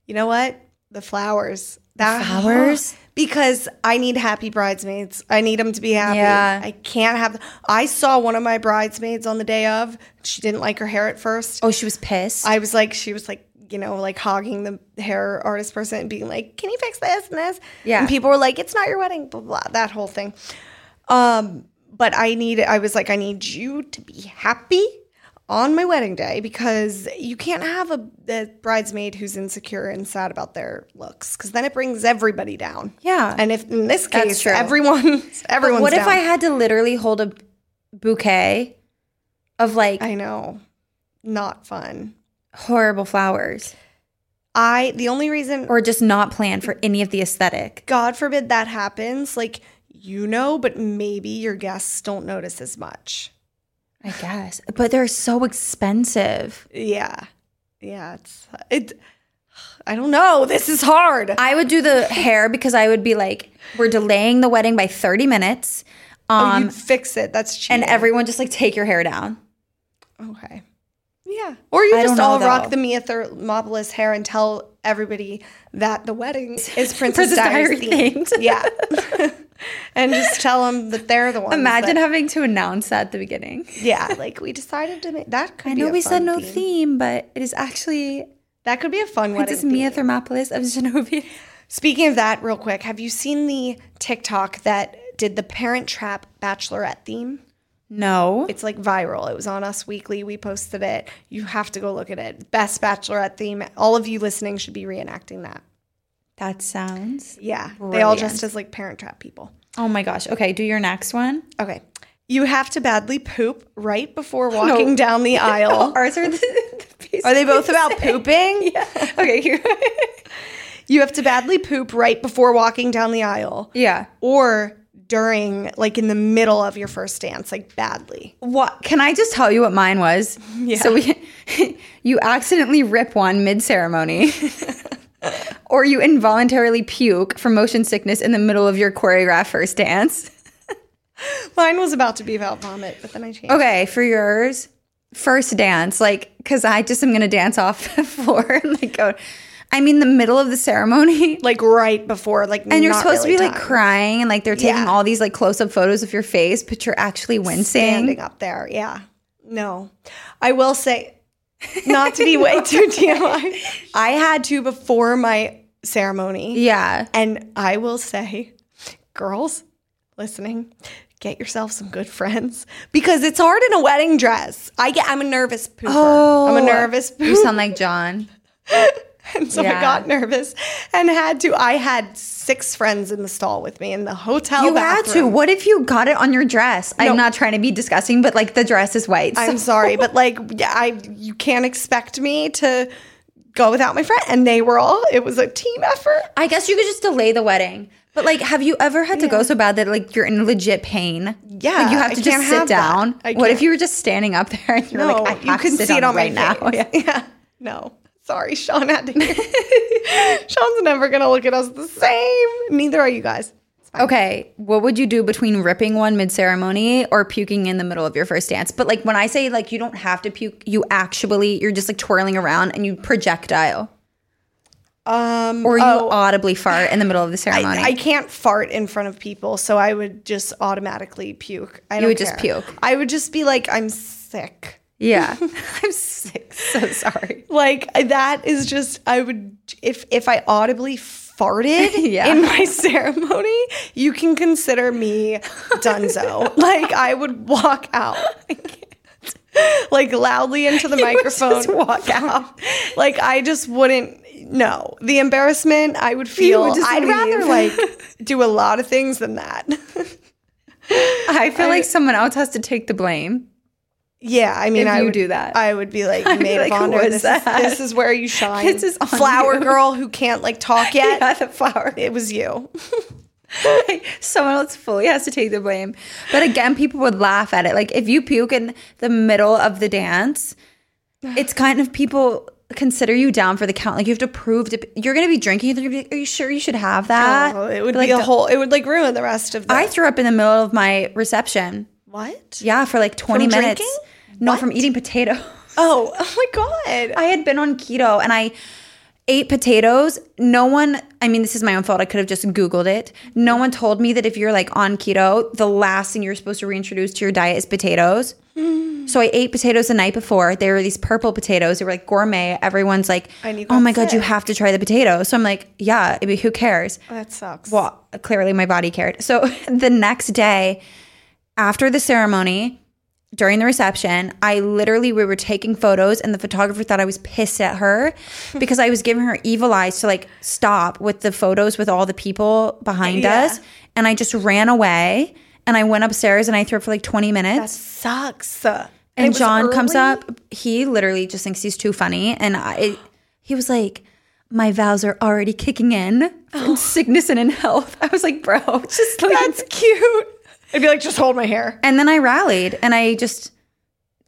B: You know what? The flowers. That
C: flowers?
B: because I need happy bridesmaids. I need them to be happy.
C: Yeah.
B: I can't have I saw one of my bridesmaids on the day of. She didn't like her hair at first.
C: Oh, she was pissed.
B: I was like, she was like, you know, like hogging the hair artist person and being like, can you fix this and this?
C: Yeah.
B: And people were like, it's not your wedding, blah, blah, that whole thing. Um, but I need, I was like, I need you to be happy on my wedding day because you can't have a, a bridesmaid who's insecure and sad about their looks because then it brings everybody down.
C: Yeah.
B: And if in this
C: That's
B: case,
C: true.
B: everyone,
C: But
B: everyone's
C: what if
B: down.
C: I had to literally hold a bouquet of like
B: I know, not fun.
C: horrible flowers
B: I, the only reason
C: or just not plan for any of the aesthetic?
B: God forbid that happens, like you know, but maybe your guests don't notice as much.
C: I guess. But they're so expensive.
B: Yeah. Yeah, it's it I don't know. This is hard.
C: I would do the hair because I would be like, we're delaying the wedding by 30 minutes.
B: oh,
C: Um
B: you'd fix it. That's cheating.
C: and everyone just like take your hair down.
B: Okay. Yeah. Or you
C: I
B: just
C: don't
B: all
C: know,
B: rock
C: though.
B: the Mia Thermopolis hair and tell everybody that the wedding is Princess,
C: Princess
B: Diaries themed.
C: Diaries themed.
B: yeah. and just tell them that they're the ones.
C: Imagine
B: that,
C: having to announce that at the beginning.
B: Yeah, like we decided to make that could
C: I
B: be
C: know
B: a
C: we
B: fun
C: said no
B: theme.
C: theme. but it is actually
B: That could be a fun
C: Princess
B: wedding
C: Mia
B: theme.
C: Thermopolis of Genovia.
B: Speaking of that, real quick, have you seen the TikTok that did the Parent Trap Bachelorette theme?
C: No.
B: It's like viral. It was on Us Weekly. We posted it. You have to go look at it. Best Bachelorette theme. All of you listening should be reenacting that.
C: That sounds.
B: Yeah. They all
C: Brilliant.
B: dressed as like Parent Trap people.
C: Oh my gosh. Okay, do your next one.
B: Okay. You have to badly poop right before walking down the aisle.
C: Oh, Ours are the, the
B: Are they both about pooping?
C: Yeah. Okay. Here.
B: You have to badly poop right before walking down the aisle
C: yeah.
B: or during, like in the middle of your first dance, like badly.
C: What can I just tell you what mine was? Yeah. So we, you accidentally rip one mid ceremony. or you involuntarily puke from motion sickness in the middle of your choreographed first dance.
B: Mine was about to be about vomit, but then I changed.
C: Okay, for yours, first dance, like, cause I just am gonna dance off the floor and like go. I mean, the middle of the ceremony.
B: Like right before, like
C: And you're supposed to be like crying and like they're taking
B: Yeah.
C: all these like close up photos of your face, but you're actually wincing.
B: standing up there. Yeah. No. I will say, not to be way too TMI, I had to before my ceremony.
C: Yeah.
B: And I will say, girls listening, get yourself some good friends because it's hard in a wedding dress. I get, I'm a nervous pooper.
C: Oh.
B: I'm a nervous pooper.
C: You sound like John.
B: And so I
C: Yeah.
B: got nervous and had to. I had six friends in the stall with me in the hotel.
C: You had to.
B: bathroom.
C: What if you got it on your dress? I'm not trying to be disgusting, but like the dress is white.
B: I'm sorry, but like yeah, I, you can't expect me to go without my friend. And they were all. It was a team effort.
C: I guess you could just delay the wedding. But like, have you ever had to go so bad that like you're in legit pain?
B: Yeah,
C: Like, you have
B: I
C: to
B: can't
C: just sit
B: have that.
C: down.
B: I
C: What if
B: can't.
C: you were just standing up there and you're
B: No,
C: like, I
B: you
C: have to
B: couldn't
C: sit
B: see it on
C: right
B: my
C: now?
B: face. Yeah, no. Sorry, Sean had to. Hear. Sean's never gonna look at us the same. Neither are you guys.
C: Okay, what would you do between ripping one mid ceremony or puking in the middle of your first dance? But like when I say like you don't have to puke, you actually you're just like twirling around and you projectile
B: Um,
C: or you
B: oh,
C: audibly fart in the middle of the
B: I,
C: ceremony.
B: I can't fart in front of people, so I would just automatically puke. I don't
C: would just
B: care.
C: puke.
B: I would just be like, I'm sick.
C: yeah, I'm sick. So sorry.
B: Like that is just I would if if I audibly farted
C: Yeah.
B: in my ceremony, you can consider me donezo. like I would walk out. Like loudly into the microphone, walk out. Like I just wouldn't. No, the embarrassment I would feel.
C: would just
B: I'd rather
C: leave.
B: like do a lot of things than that.
C: I feel like someone else has to take the blame.
B: Yeah, I mean,
C: If
B: I
C: you
B: would
C: do that.
B: I would be like,
C: I'd be
B: maid
C: like,
B: of honor.
C: "What's
B: This is
C: that?"
B: this is where you shine.
C: This is on
B: flower
C: you.
B: girl who can't like talk yet.
C: Yeah, the flower.
B: It was you.
C: Someone else fully has to take the blame. But again, people would laugh at it. Like if you puke in the middle of the dance, it's kind of people consider you down for the count. Like you have to prove to, you're going to be drinking. They're gonna be like, Are you sure you should have that?
B: Oh, it would
C: But, Uh, like,
B: be a
C: the-
B: whole. It would like ruin the rest of the.
C: I threw up in the middle of my reception.
B: what?
C: Yeah, for like 20
B: From
C: minutes.
B: drinking?
C: No, from eating potato.
B: Oh, oh my god.
C: I had been on keto and I ate potatoes. No one, I mean, this is my own fault. I could have just Googled it. No one told me that if you're like on keto, the last thing you're supposed to reintroduce to your diet is potatoes.
B: Mm.
C: So I ate potatoes the night before. They were these purple potatoes. They were like gourmet. Everyone's like,
B: I need
C: oh my
B: that
C: God, you
B: sick."
C: have to try the potato. So I'm like, yeah, I mean, who cares?
B: that sucks.
C: Well, clearly my body cared. So the next day, after the ceremony, during the reception, I literally we were taking photos, and the photographer thought I was pissed at her because I was giving her evil eyes to like stop with the photos with all the people behind us, and I just ran away. And I went upstairs and I threw up for like 20 minutes.
B: sucks.
C: And John comes up. He literally just thinks he's too funny, and I, he was like, "My vows are already kicking in, in sickness and in health." I was like, "Bro, just leave."
B: Oh. That's cute. I'd be like, just hold my hair.
C: and then I rallied, and I just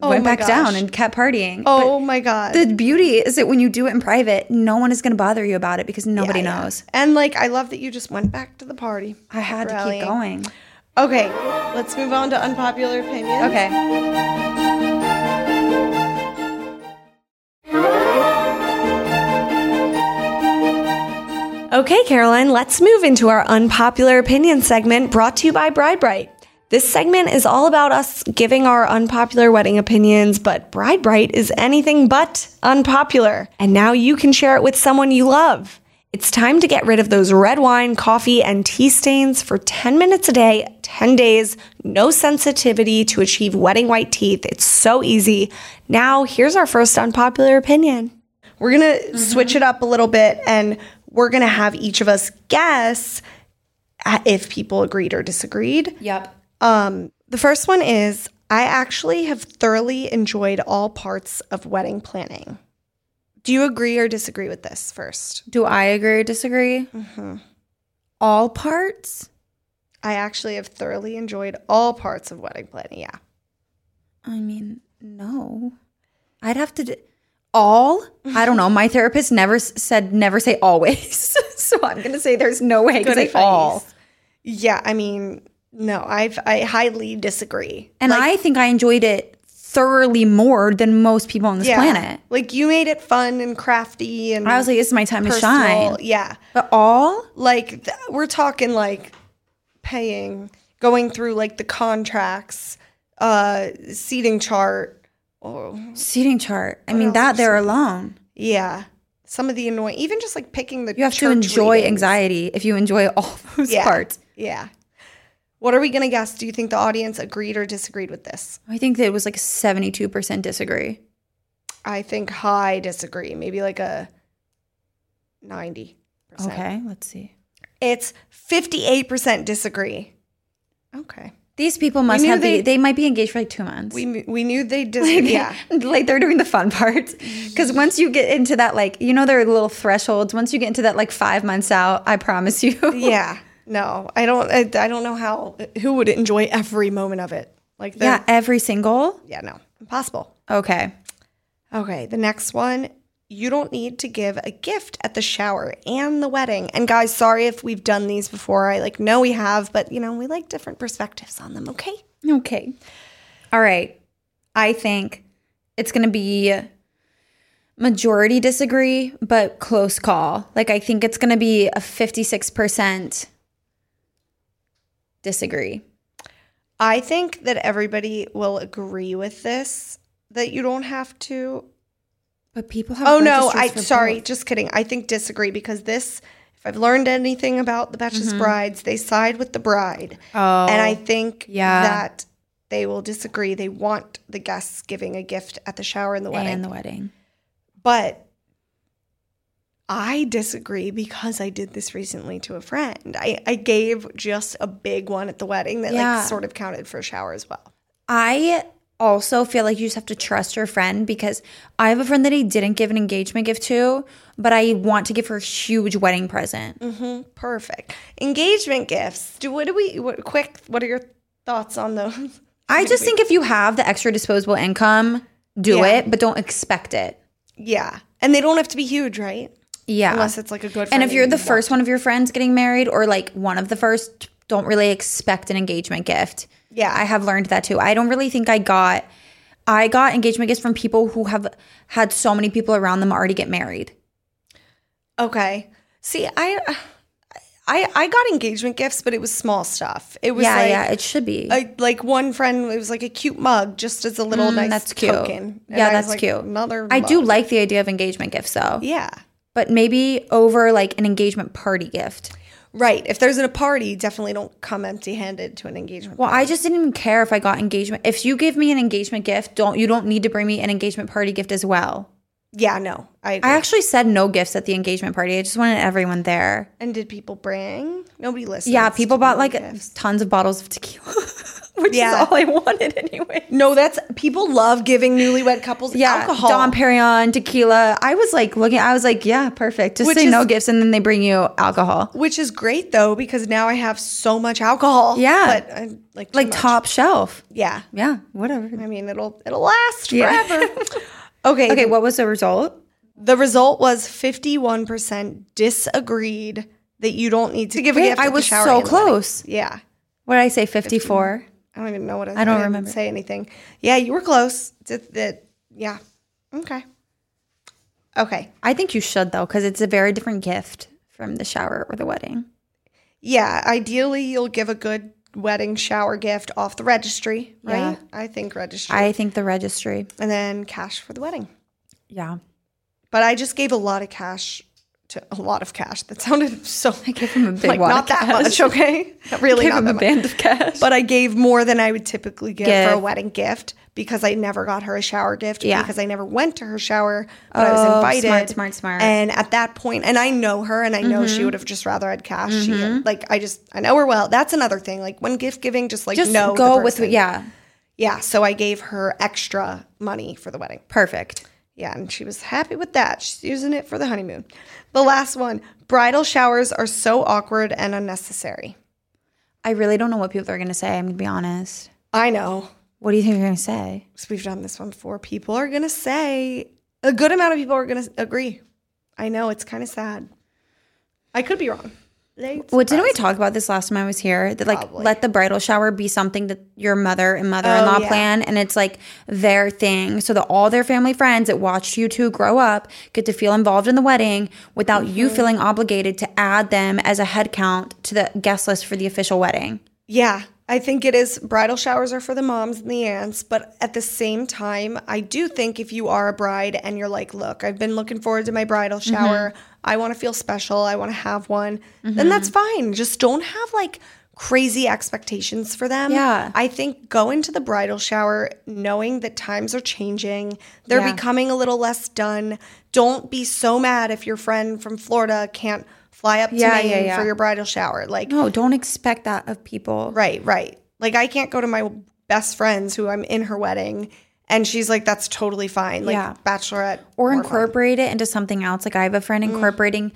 B: Oh
C: went
B: my
C: back down
B: gosh.
C: and kept partying. But
B: Oh my god.
C: the beauty is that when you do it in private, no one is going to bother you about it because nobody
B: Yeah.
C: knows.
B: And like, I love that you just went back to the party.
C: I had to
B: Rallying.
C: keep going.
B: Okay, let's move on to unpopular opinions.
C: Okay.
B: Okay, Caroline, let's move into our unpopular opinion segment brought to you by Bride Bright. This segment is all about us giving our unpopular wedding opinions, but Bride Bright is anything but unpopular. And now you can share it with someone you love. It's time to get rid of those red wine, coffee, and tea stains for 10 minutes a day, 10 days, no sensitivity to achieve wedding white teeth. It's so easy. Now, here's our first unpopular opinion. We're going to switch it up a little bit and we're going to have each of us guess at- if people agreed or disagreed.
C: Yep.
B: Um, the first one is I actually have thoroughly enjoyed all parts of wedding planning. Do you agree or disagree with this first?
C: Do I agree or disagree?
B: Mm-hmm.
C: All parts.
B: I actually have thoroughly enjoyed all parts of wedding planning. Yeah.
C: I mean, no. I'd have to. d- all. I don't know. My therapist never s- said never say always. so I'm going to say there's no way to
B: Good
C: say
B: advice.
C: all.
B: Yeah, I mean, no, I've I highly disagree.
C: And I think I enjoyed it thoroughly more than most people on this planet.
B: Like you made it fun and crafty and
C: I was like, this is my time
B: personal.
C: to shine.
B: Yeah.
C: But all?
B: Like th- we're talking like paying, going through like the contracts, uh seating chart. Oh,
C: Seating chart. I mean, that there alone.
B: yeah. Some of the annoying, even just like picking the
C: You have to
B: church
C: enjoy
B: readings.
C: anxiety if you enjoy all those
B: Yeah.
C: parts.
B: Yeah. What are we going to guess? Do you think the audience agreed or disagreed with this?
C: I think that it was like 72% disagree.
B: I think high disagree, maybe like a 90%.
C: Okay, let's see.
B: It's 58% disagree. Okay.
C: These people must
B: knew
C: have
B: they-
C: the, they might be engaged for like two months.
B: We, kn- we knew they disagreed. yeah.
C: like they're doing the fun parts because once you get into that like you know there are little thresholds once you get into that like five months out i promise you
B: Yeah. No, I don't, I, I don't know how, who would enjoy every moment of it. Like,
C: yeah
B: yeah.
C: every single
B: Yeah, no, impossible.
C: okay
B: Okay, the next one. You don't need to give a gift at the shower and the wedding. And guys, sorry if we've done these before. I like know we have, but you know, we like different perspectives on them, okay?
C: okay all right i think it's gonna be majority disagree but close call like i think it's gonna be a 56% disagree
B: I think that everybody will agree with this that you don't have to.
C: but people have
B: Oh no,
C: registers
B: I
C: for
B: sorry,
C: both.
B: just kidding. I think disagree because this if I've learned anything about the Betches brides, they side with the bride.
C: oh
B: and I think
C: yeah.
B: that they will disagree. They want the guests giving a gift at the shower and the wedding.
C: and the wedding
B: But I disagree because I did this recently to a friend. I, I gave just a big one at the wedding that
C: Yeah.
B: like sort of counted for a shower as well.
C: I also feel like you just have to trust your friend because I have a friend that I didn't give an engagement gift to, but I want to give her a huge wedding present.
B: Mm-hmm. Perfect. Engagement gifts. Do what do we what quick what are your thoughts on those?
C: I just think if you have the extra disposable income, do
B: Yeah.
C: it, but don't expect it.
B: yeah. And they don't have to be huge, right?
C: Yeah.
B: Unless it's like a good friend
C: and if you're
B: you
C: the
B: want.
C: first one of your friends getting married or like one of the first, don't really expect an engagement gift.
B: Yeah.
C: I have learned that too. I don't really think I got I got engagement gifts from people who have had so many people around them already get married.
B: Okay. See, I I I got engagement gifts, but it was small stuff. It was
C: yeah,
B: like
C: yeah, it should be.
B: I like one friend. It was like a cute mug, just as a little nice
C: Mm, that's cute.
B: token. And
C: yeah,
B: I was
C: that's
B: like,
C: cute.
B: Another.
C: I do
B: mug.
C: like the idea of engagement gifts though.
B: Yeah.
C: But maybe over like an engagement party gift.
B: Right. If there's a party, definitely don't come empty-handed to an engagement.
C: Well, I just didn't even care if I got engagement. If you give me an engagement gift, don't you don't need to bring me an engagement party gift as well.
B: yeah. No. I. Agree.
C: I actually said no gifts at the engagement party. I just wanted everyone there.
B: and did people bring? Nobody listened.
C: yeah, people bought like tons of bottles of tequila, which
B: Yeah.
C: is all I wanted anyway.
B: No, that's people love giving newlywed couples
C: Yeah,
B: alcohol.
C: Dom Perignon, tequila. I was like looking. I was like, yeah, perfect. Just
B: Which
C: say
B: is-
C: no gifts, and then they bring you alcohol,
B: which is great though because now I have so much alcohol.
C: Yeah.
B: but i like too
C: like
B: much.
C: top shelf.
B: Yeah,
C: Yeah, whatever.
B: I mean it'll it'll last
C: Yeah.
B: forever. okay,
C: Okay, what was the result?
B: The result was 51% disagreed that you don't need to give a
C: Wait,
B: gift.
C: I
B: at the
C: was
B: shower
C: so
B: and the wedding.
C: close.
B: Yeah.
C: What did I say? Fifty-four.
B: I don't even know what I,
C: I don't
B: didn't
C: remember.
B: Say anything. Yeah, you were close. Did that? Yeah. Okay. Okay.
C: I think you should though, because it's a very different gift from the shower or the wedding.
B: Yeah. Ideally, you'll give a good wedding shower gift off the registry, right?
C: Yeah.
B: I think registry,
C: I think the registry.
B: and then cash for the wedding.
C: Yeah,
B: But I just gave a lot of cash to a lot of cash. That sounded so
C: I gave him a big
B: like
C: wad
B: not
C: of
B: that
C: cash.
B: much. Okay, really
C: give
B: not
C: him
B: that
C: a
B: much.
C: band of cash.
B: but I gave more than I would typically give, for a
C: Gift.
B: wedding gift because I never got her a shower gift
C: Yeah.
B: because I never went to her shower, but I was
C: Oh,
B: invited.
C: smart, smart, smart. Mm-hmm.
B: And at that point, and I know her, and I know she would have just rather had cash. She like I just I know her well. That's another thing. Like when gift giving, just like
C: just
B: know the
C: go with
B: person.
C: yeah,
B: yeah. So I gave her extra money for the wedding.
C: perfect.
B: Yeah, and she was happy with that. She's using it for the honeymoon. The last one: bridal showers are so awkward and unnecessary.
C: I really don't know what people are gonna say. I'm gonna be honest.
B: I know.
C: What do you think you're gonna say?
B: because we've done this one before, people are going to say a good amount of people are going to agree. I know it's kind of sad. I could be wrong. They-
C: What didn't we talk about this last time I was here? That like let the bridal shower be something that your mother and mother-in-law
B: Oh, yeah.
C: plan, and it's like their thing, so that all their family friends that watched you two grow up get to feel involved in the wedding without
B: Mm-hmm.
C: you feeling obligated to add them as a head count to the guest list for the official wedding.
B: Yeah, I think it is. Bridal showers are for the moms and the aunts, but at the same time, I do think if you are a bride and you're like, look, I've been looking forward to my bridal
C: Mm-hmm.
B: shower. I want to feel special. I want to have one.
C: Mm-hmm.
B: Then that's fine. Just don't have like crazy expectations for them.
C: Yeah.
B: I think go into the bridal shower knowing that times are changing. They're
C: Yeah.
B: becoming a little less done. Don't be so mad if your friend from Florida can't fly up to
C: Yeah,
B: Maine
C: yeah, yeah.
B: for your bridal shower. Like
C: No, don't expect that of people.
B: Right, right. Like I can't go to my best friends who I'm in her wedding and she's like that's totally fine. Like
C: Yeah.
B: bachelorette more
C: or
B: fun.
C: incorporate it into something else. Like I have a friend
B: Mm.
C: incorporating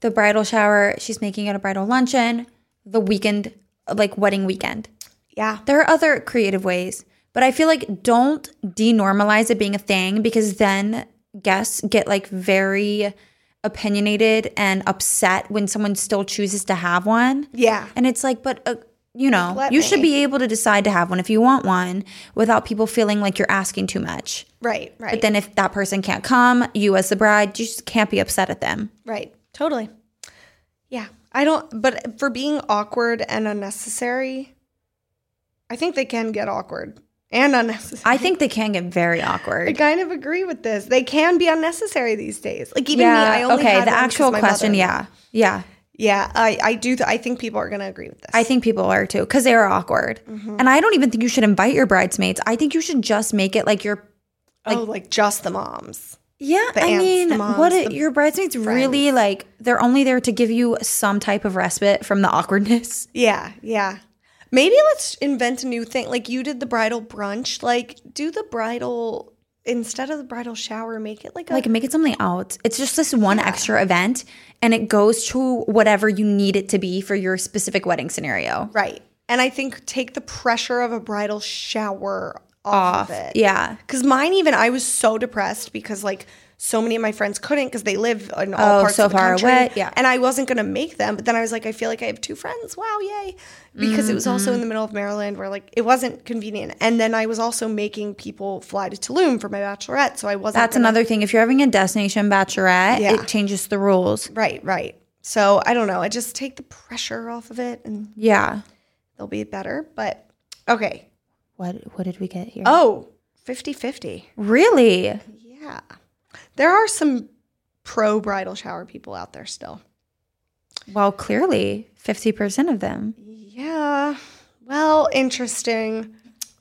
C: the bridal shower. She's making it a bridal luncheon, the weekend, like wedding weekend.
B: Yeah.
C: There are other creative ways, but I feel like don't denormalize it being a thing because then guests get like very opinionated and upset when someone still chooses to have one.
B: Yeah.
C: And it's like, but uh, you know,
B: let
C: you should
B: me.
C: be able to decide to have one if you want one without people feeling like you're asking too much.
B: Right, right.
C: But then if that person can't come, you as the bride, you just can't be upset at them.
B: right. Totally. Yeah. I don't but for being awkward and unnecessary, I think they can get awkward and unnecessary.
C: I think they can get very
B: I
C: awkward.
B: kind of agree with this. They can be unnecessary these days. Like even
C: yeah.
B: me, I only
C: okay.
B: had
C: The
B: one 'cause
C: actual
B: my
C: question.
B: mother-in-law-
C: Yeah. Yeah.
B: yeah. I I do. Th- I think people are gonna agree with this.
C: I think people are too because they are awkward. And I don't even think you should invite your bridesmaids. I think you should just make it like your
B: oh, like just the moms.
C: yeah.
B: The
C: I
B: aunts,
C: mean,
B: the moms,
C: what
B: the
C: it, your bridesmaids really like? They're only there to give you some type of respite from the awkwardness.
B: Yeah, yeah. Maybe let's invent a new thing. Like you did the bridal brunch. Like do the bridal instead of the bridal shower. Make it like a
C: Like make it something else. It's just this one extra event, and it goes to whatever you need it to be for your specific wedding scenario.
B: right. And I think take the pressure of a bridal shower off, of it.
C: Yeah.
B: Because mine even I was so depressed because like so many of my friends couldn't because they live in all
C: Oh,
B: parts
C: so
B: of the
C: far
B: country.
C: away, yeah.
B: And I wasn't gonna make them, but then I was like, I feel like I have two friends. Wow, yay! Because it was
C: Mm-hmm.
B: also in the middle of Maryland, where like it wasn't convenient. And then I was also making people fly to Tulum for my bachelorette, so I wasn't.
C: That's
B: gonna-
C: another thing. If you're having a destination bachelorette,
B: Yeah.
C: it changes the rules.
B: Right, right. So I don't know. I just take the pressure off of it, and
C: Yeah.
B: they'll be better. But okay.
C: What what did we get here?
B: Oh, 50-50.
C: really?
B: Yeah. There are some pro bridal shower people out there still.
C: Well, clearly 50% of them.
B: Yeah. Well, interesting.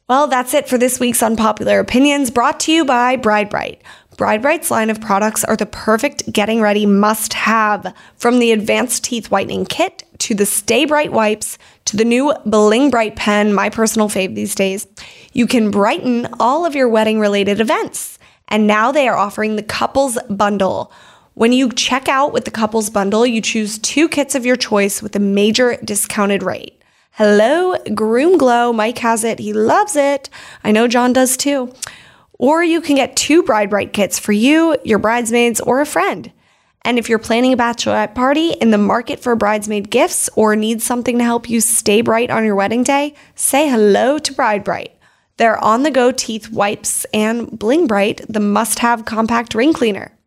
B: Well, that's it for this week's Unpopular Opinions brought to you by Bride Bright. Bride Bright's line of products are the perfect getting ready must have from the advanced teeth whitening kit to the Stay Bright wipes to the new Bling Bright pen, my personal fave these days. You can brighten all of your wedding related events. And now they are offering the couples bundle. When you check out with the couples bundle, you choose two kits of your choice with a major discounted rate. Hello, Groom Glow. Mike has it. He loves it. I know John does too. Or you can get two Bride Bright kits for you, your bridesmaids, or a friend. And if you're planning a bachelorette party, in the market for bridesmaid gifts, or need something to help you stay bright on your wedding day, say hello to Bride Bright. Their on the go teeth wipes and Bling Bright, the must have compact ring cleaner.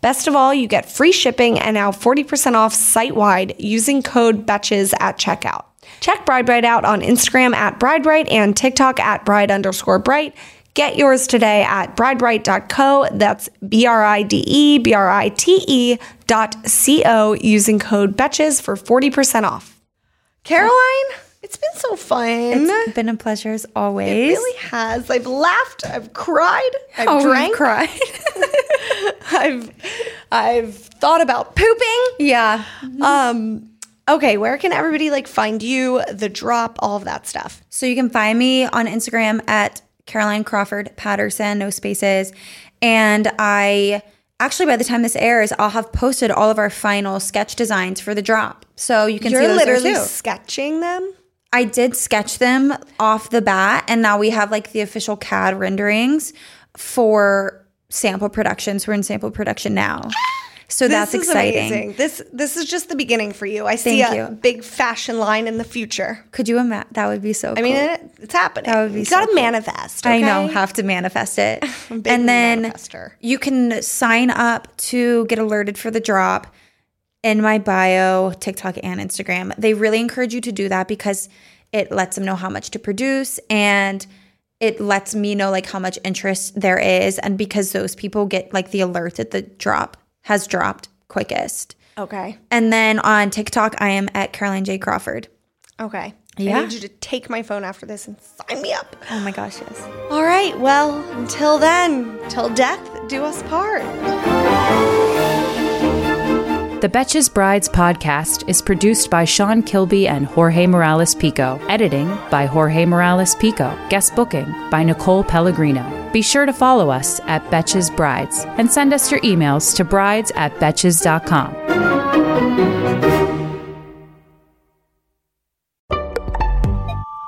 B: Best of all, you get free shipping and now 40% off site wide using code BETCHES at checkout. Check Bride Bright out on Instagram at Bride Bright and TikTok at Bride underscore Bright. Get yours today at bridebright.co. That's B R I D E B R I T E dot C O using code BETCHES for 40% off. Caroline, it's been so fun.
C: It's been a pleasure as always.
B: Mm-hmm. It really has. I've laughed. I've cried. I've
C: Oh, we've
B: drank.
C: cried.
B: I've I've thought about pooping.
C: yeah.
B: Um. Okay, where can everybody like find you, the drop, all of that stuff?
C: So you can find me on Instagram at Caroline Crawford Patterson, no spaces. And I actually, by the time this airs, I'll have posted all of our final sketch designs for the drop. So you can see
B: You're
C: those there,
B: literally
C: too.
B: sketching them.
C: I did sketch them off the bat, and now we have like the official CAD renderings for sample production. So we're in sample production now. So
B: This
C: that's
B: is
C: exciting.
B: amazing. This this is just the beginning for you. I see
C: Thank
B: a
C: you.
B: big fashion line in the future.
C: Could you imagine? That would be so cool.
B: I mean, it, it's happening.
C: That would be
B: you got
C: so
B: to
C: cool.
B: manifest. Okay?
C: I know, have to manifest it.
B: big
C: and then
B: manifester.
C: you can sign up to get alerted for the drop in my bio, TikTok, and Instagram. They really encourage you to do that because it lets them know how much to produce and it lets me know like how much interest there is. And because those people get like the alert that the drop has dropped quickest.
B: Okay.
C: And then on TikTok, I am at Caroline J. Crawford.
B: Okay. I
C: Yeah.
B: need you to take my phone after this and sign me up.
C: Oh my gosh, yes.
B: All right. Well, until then, till death do us part.
A: The Betches Brides podcast is produced by Sean Kilby and Jorge Morales Pico. Editing by Jorge Morales Pico. Guest booking by Nicole Pellegrino. Be sure to follow us at Betches Brides and send us your emails to brides at betches.com.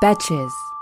A: Betches.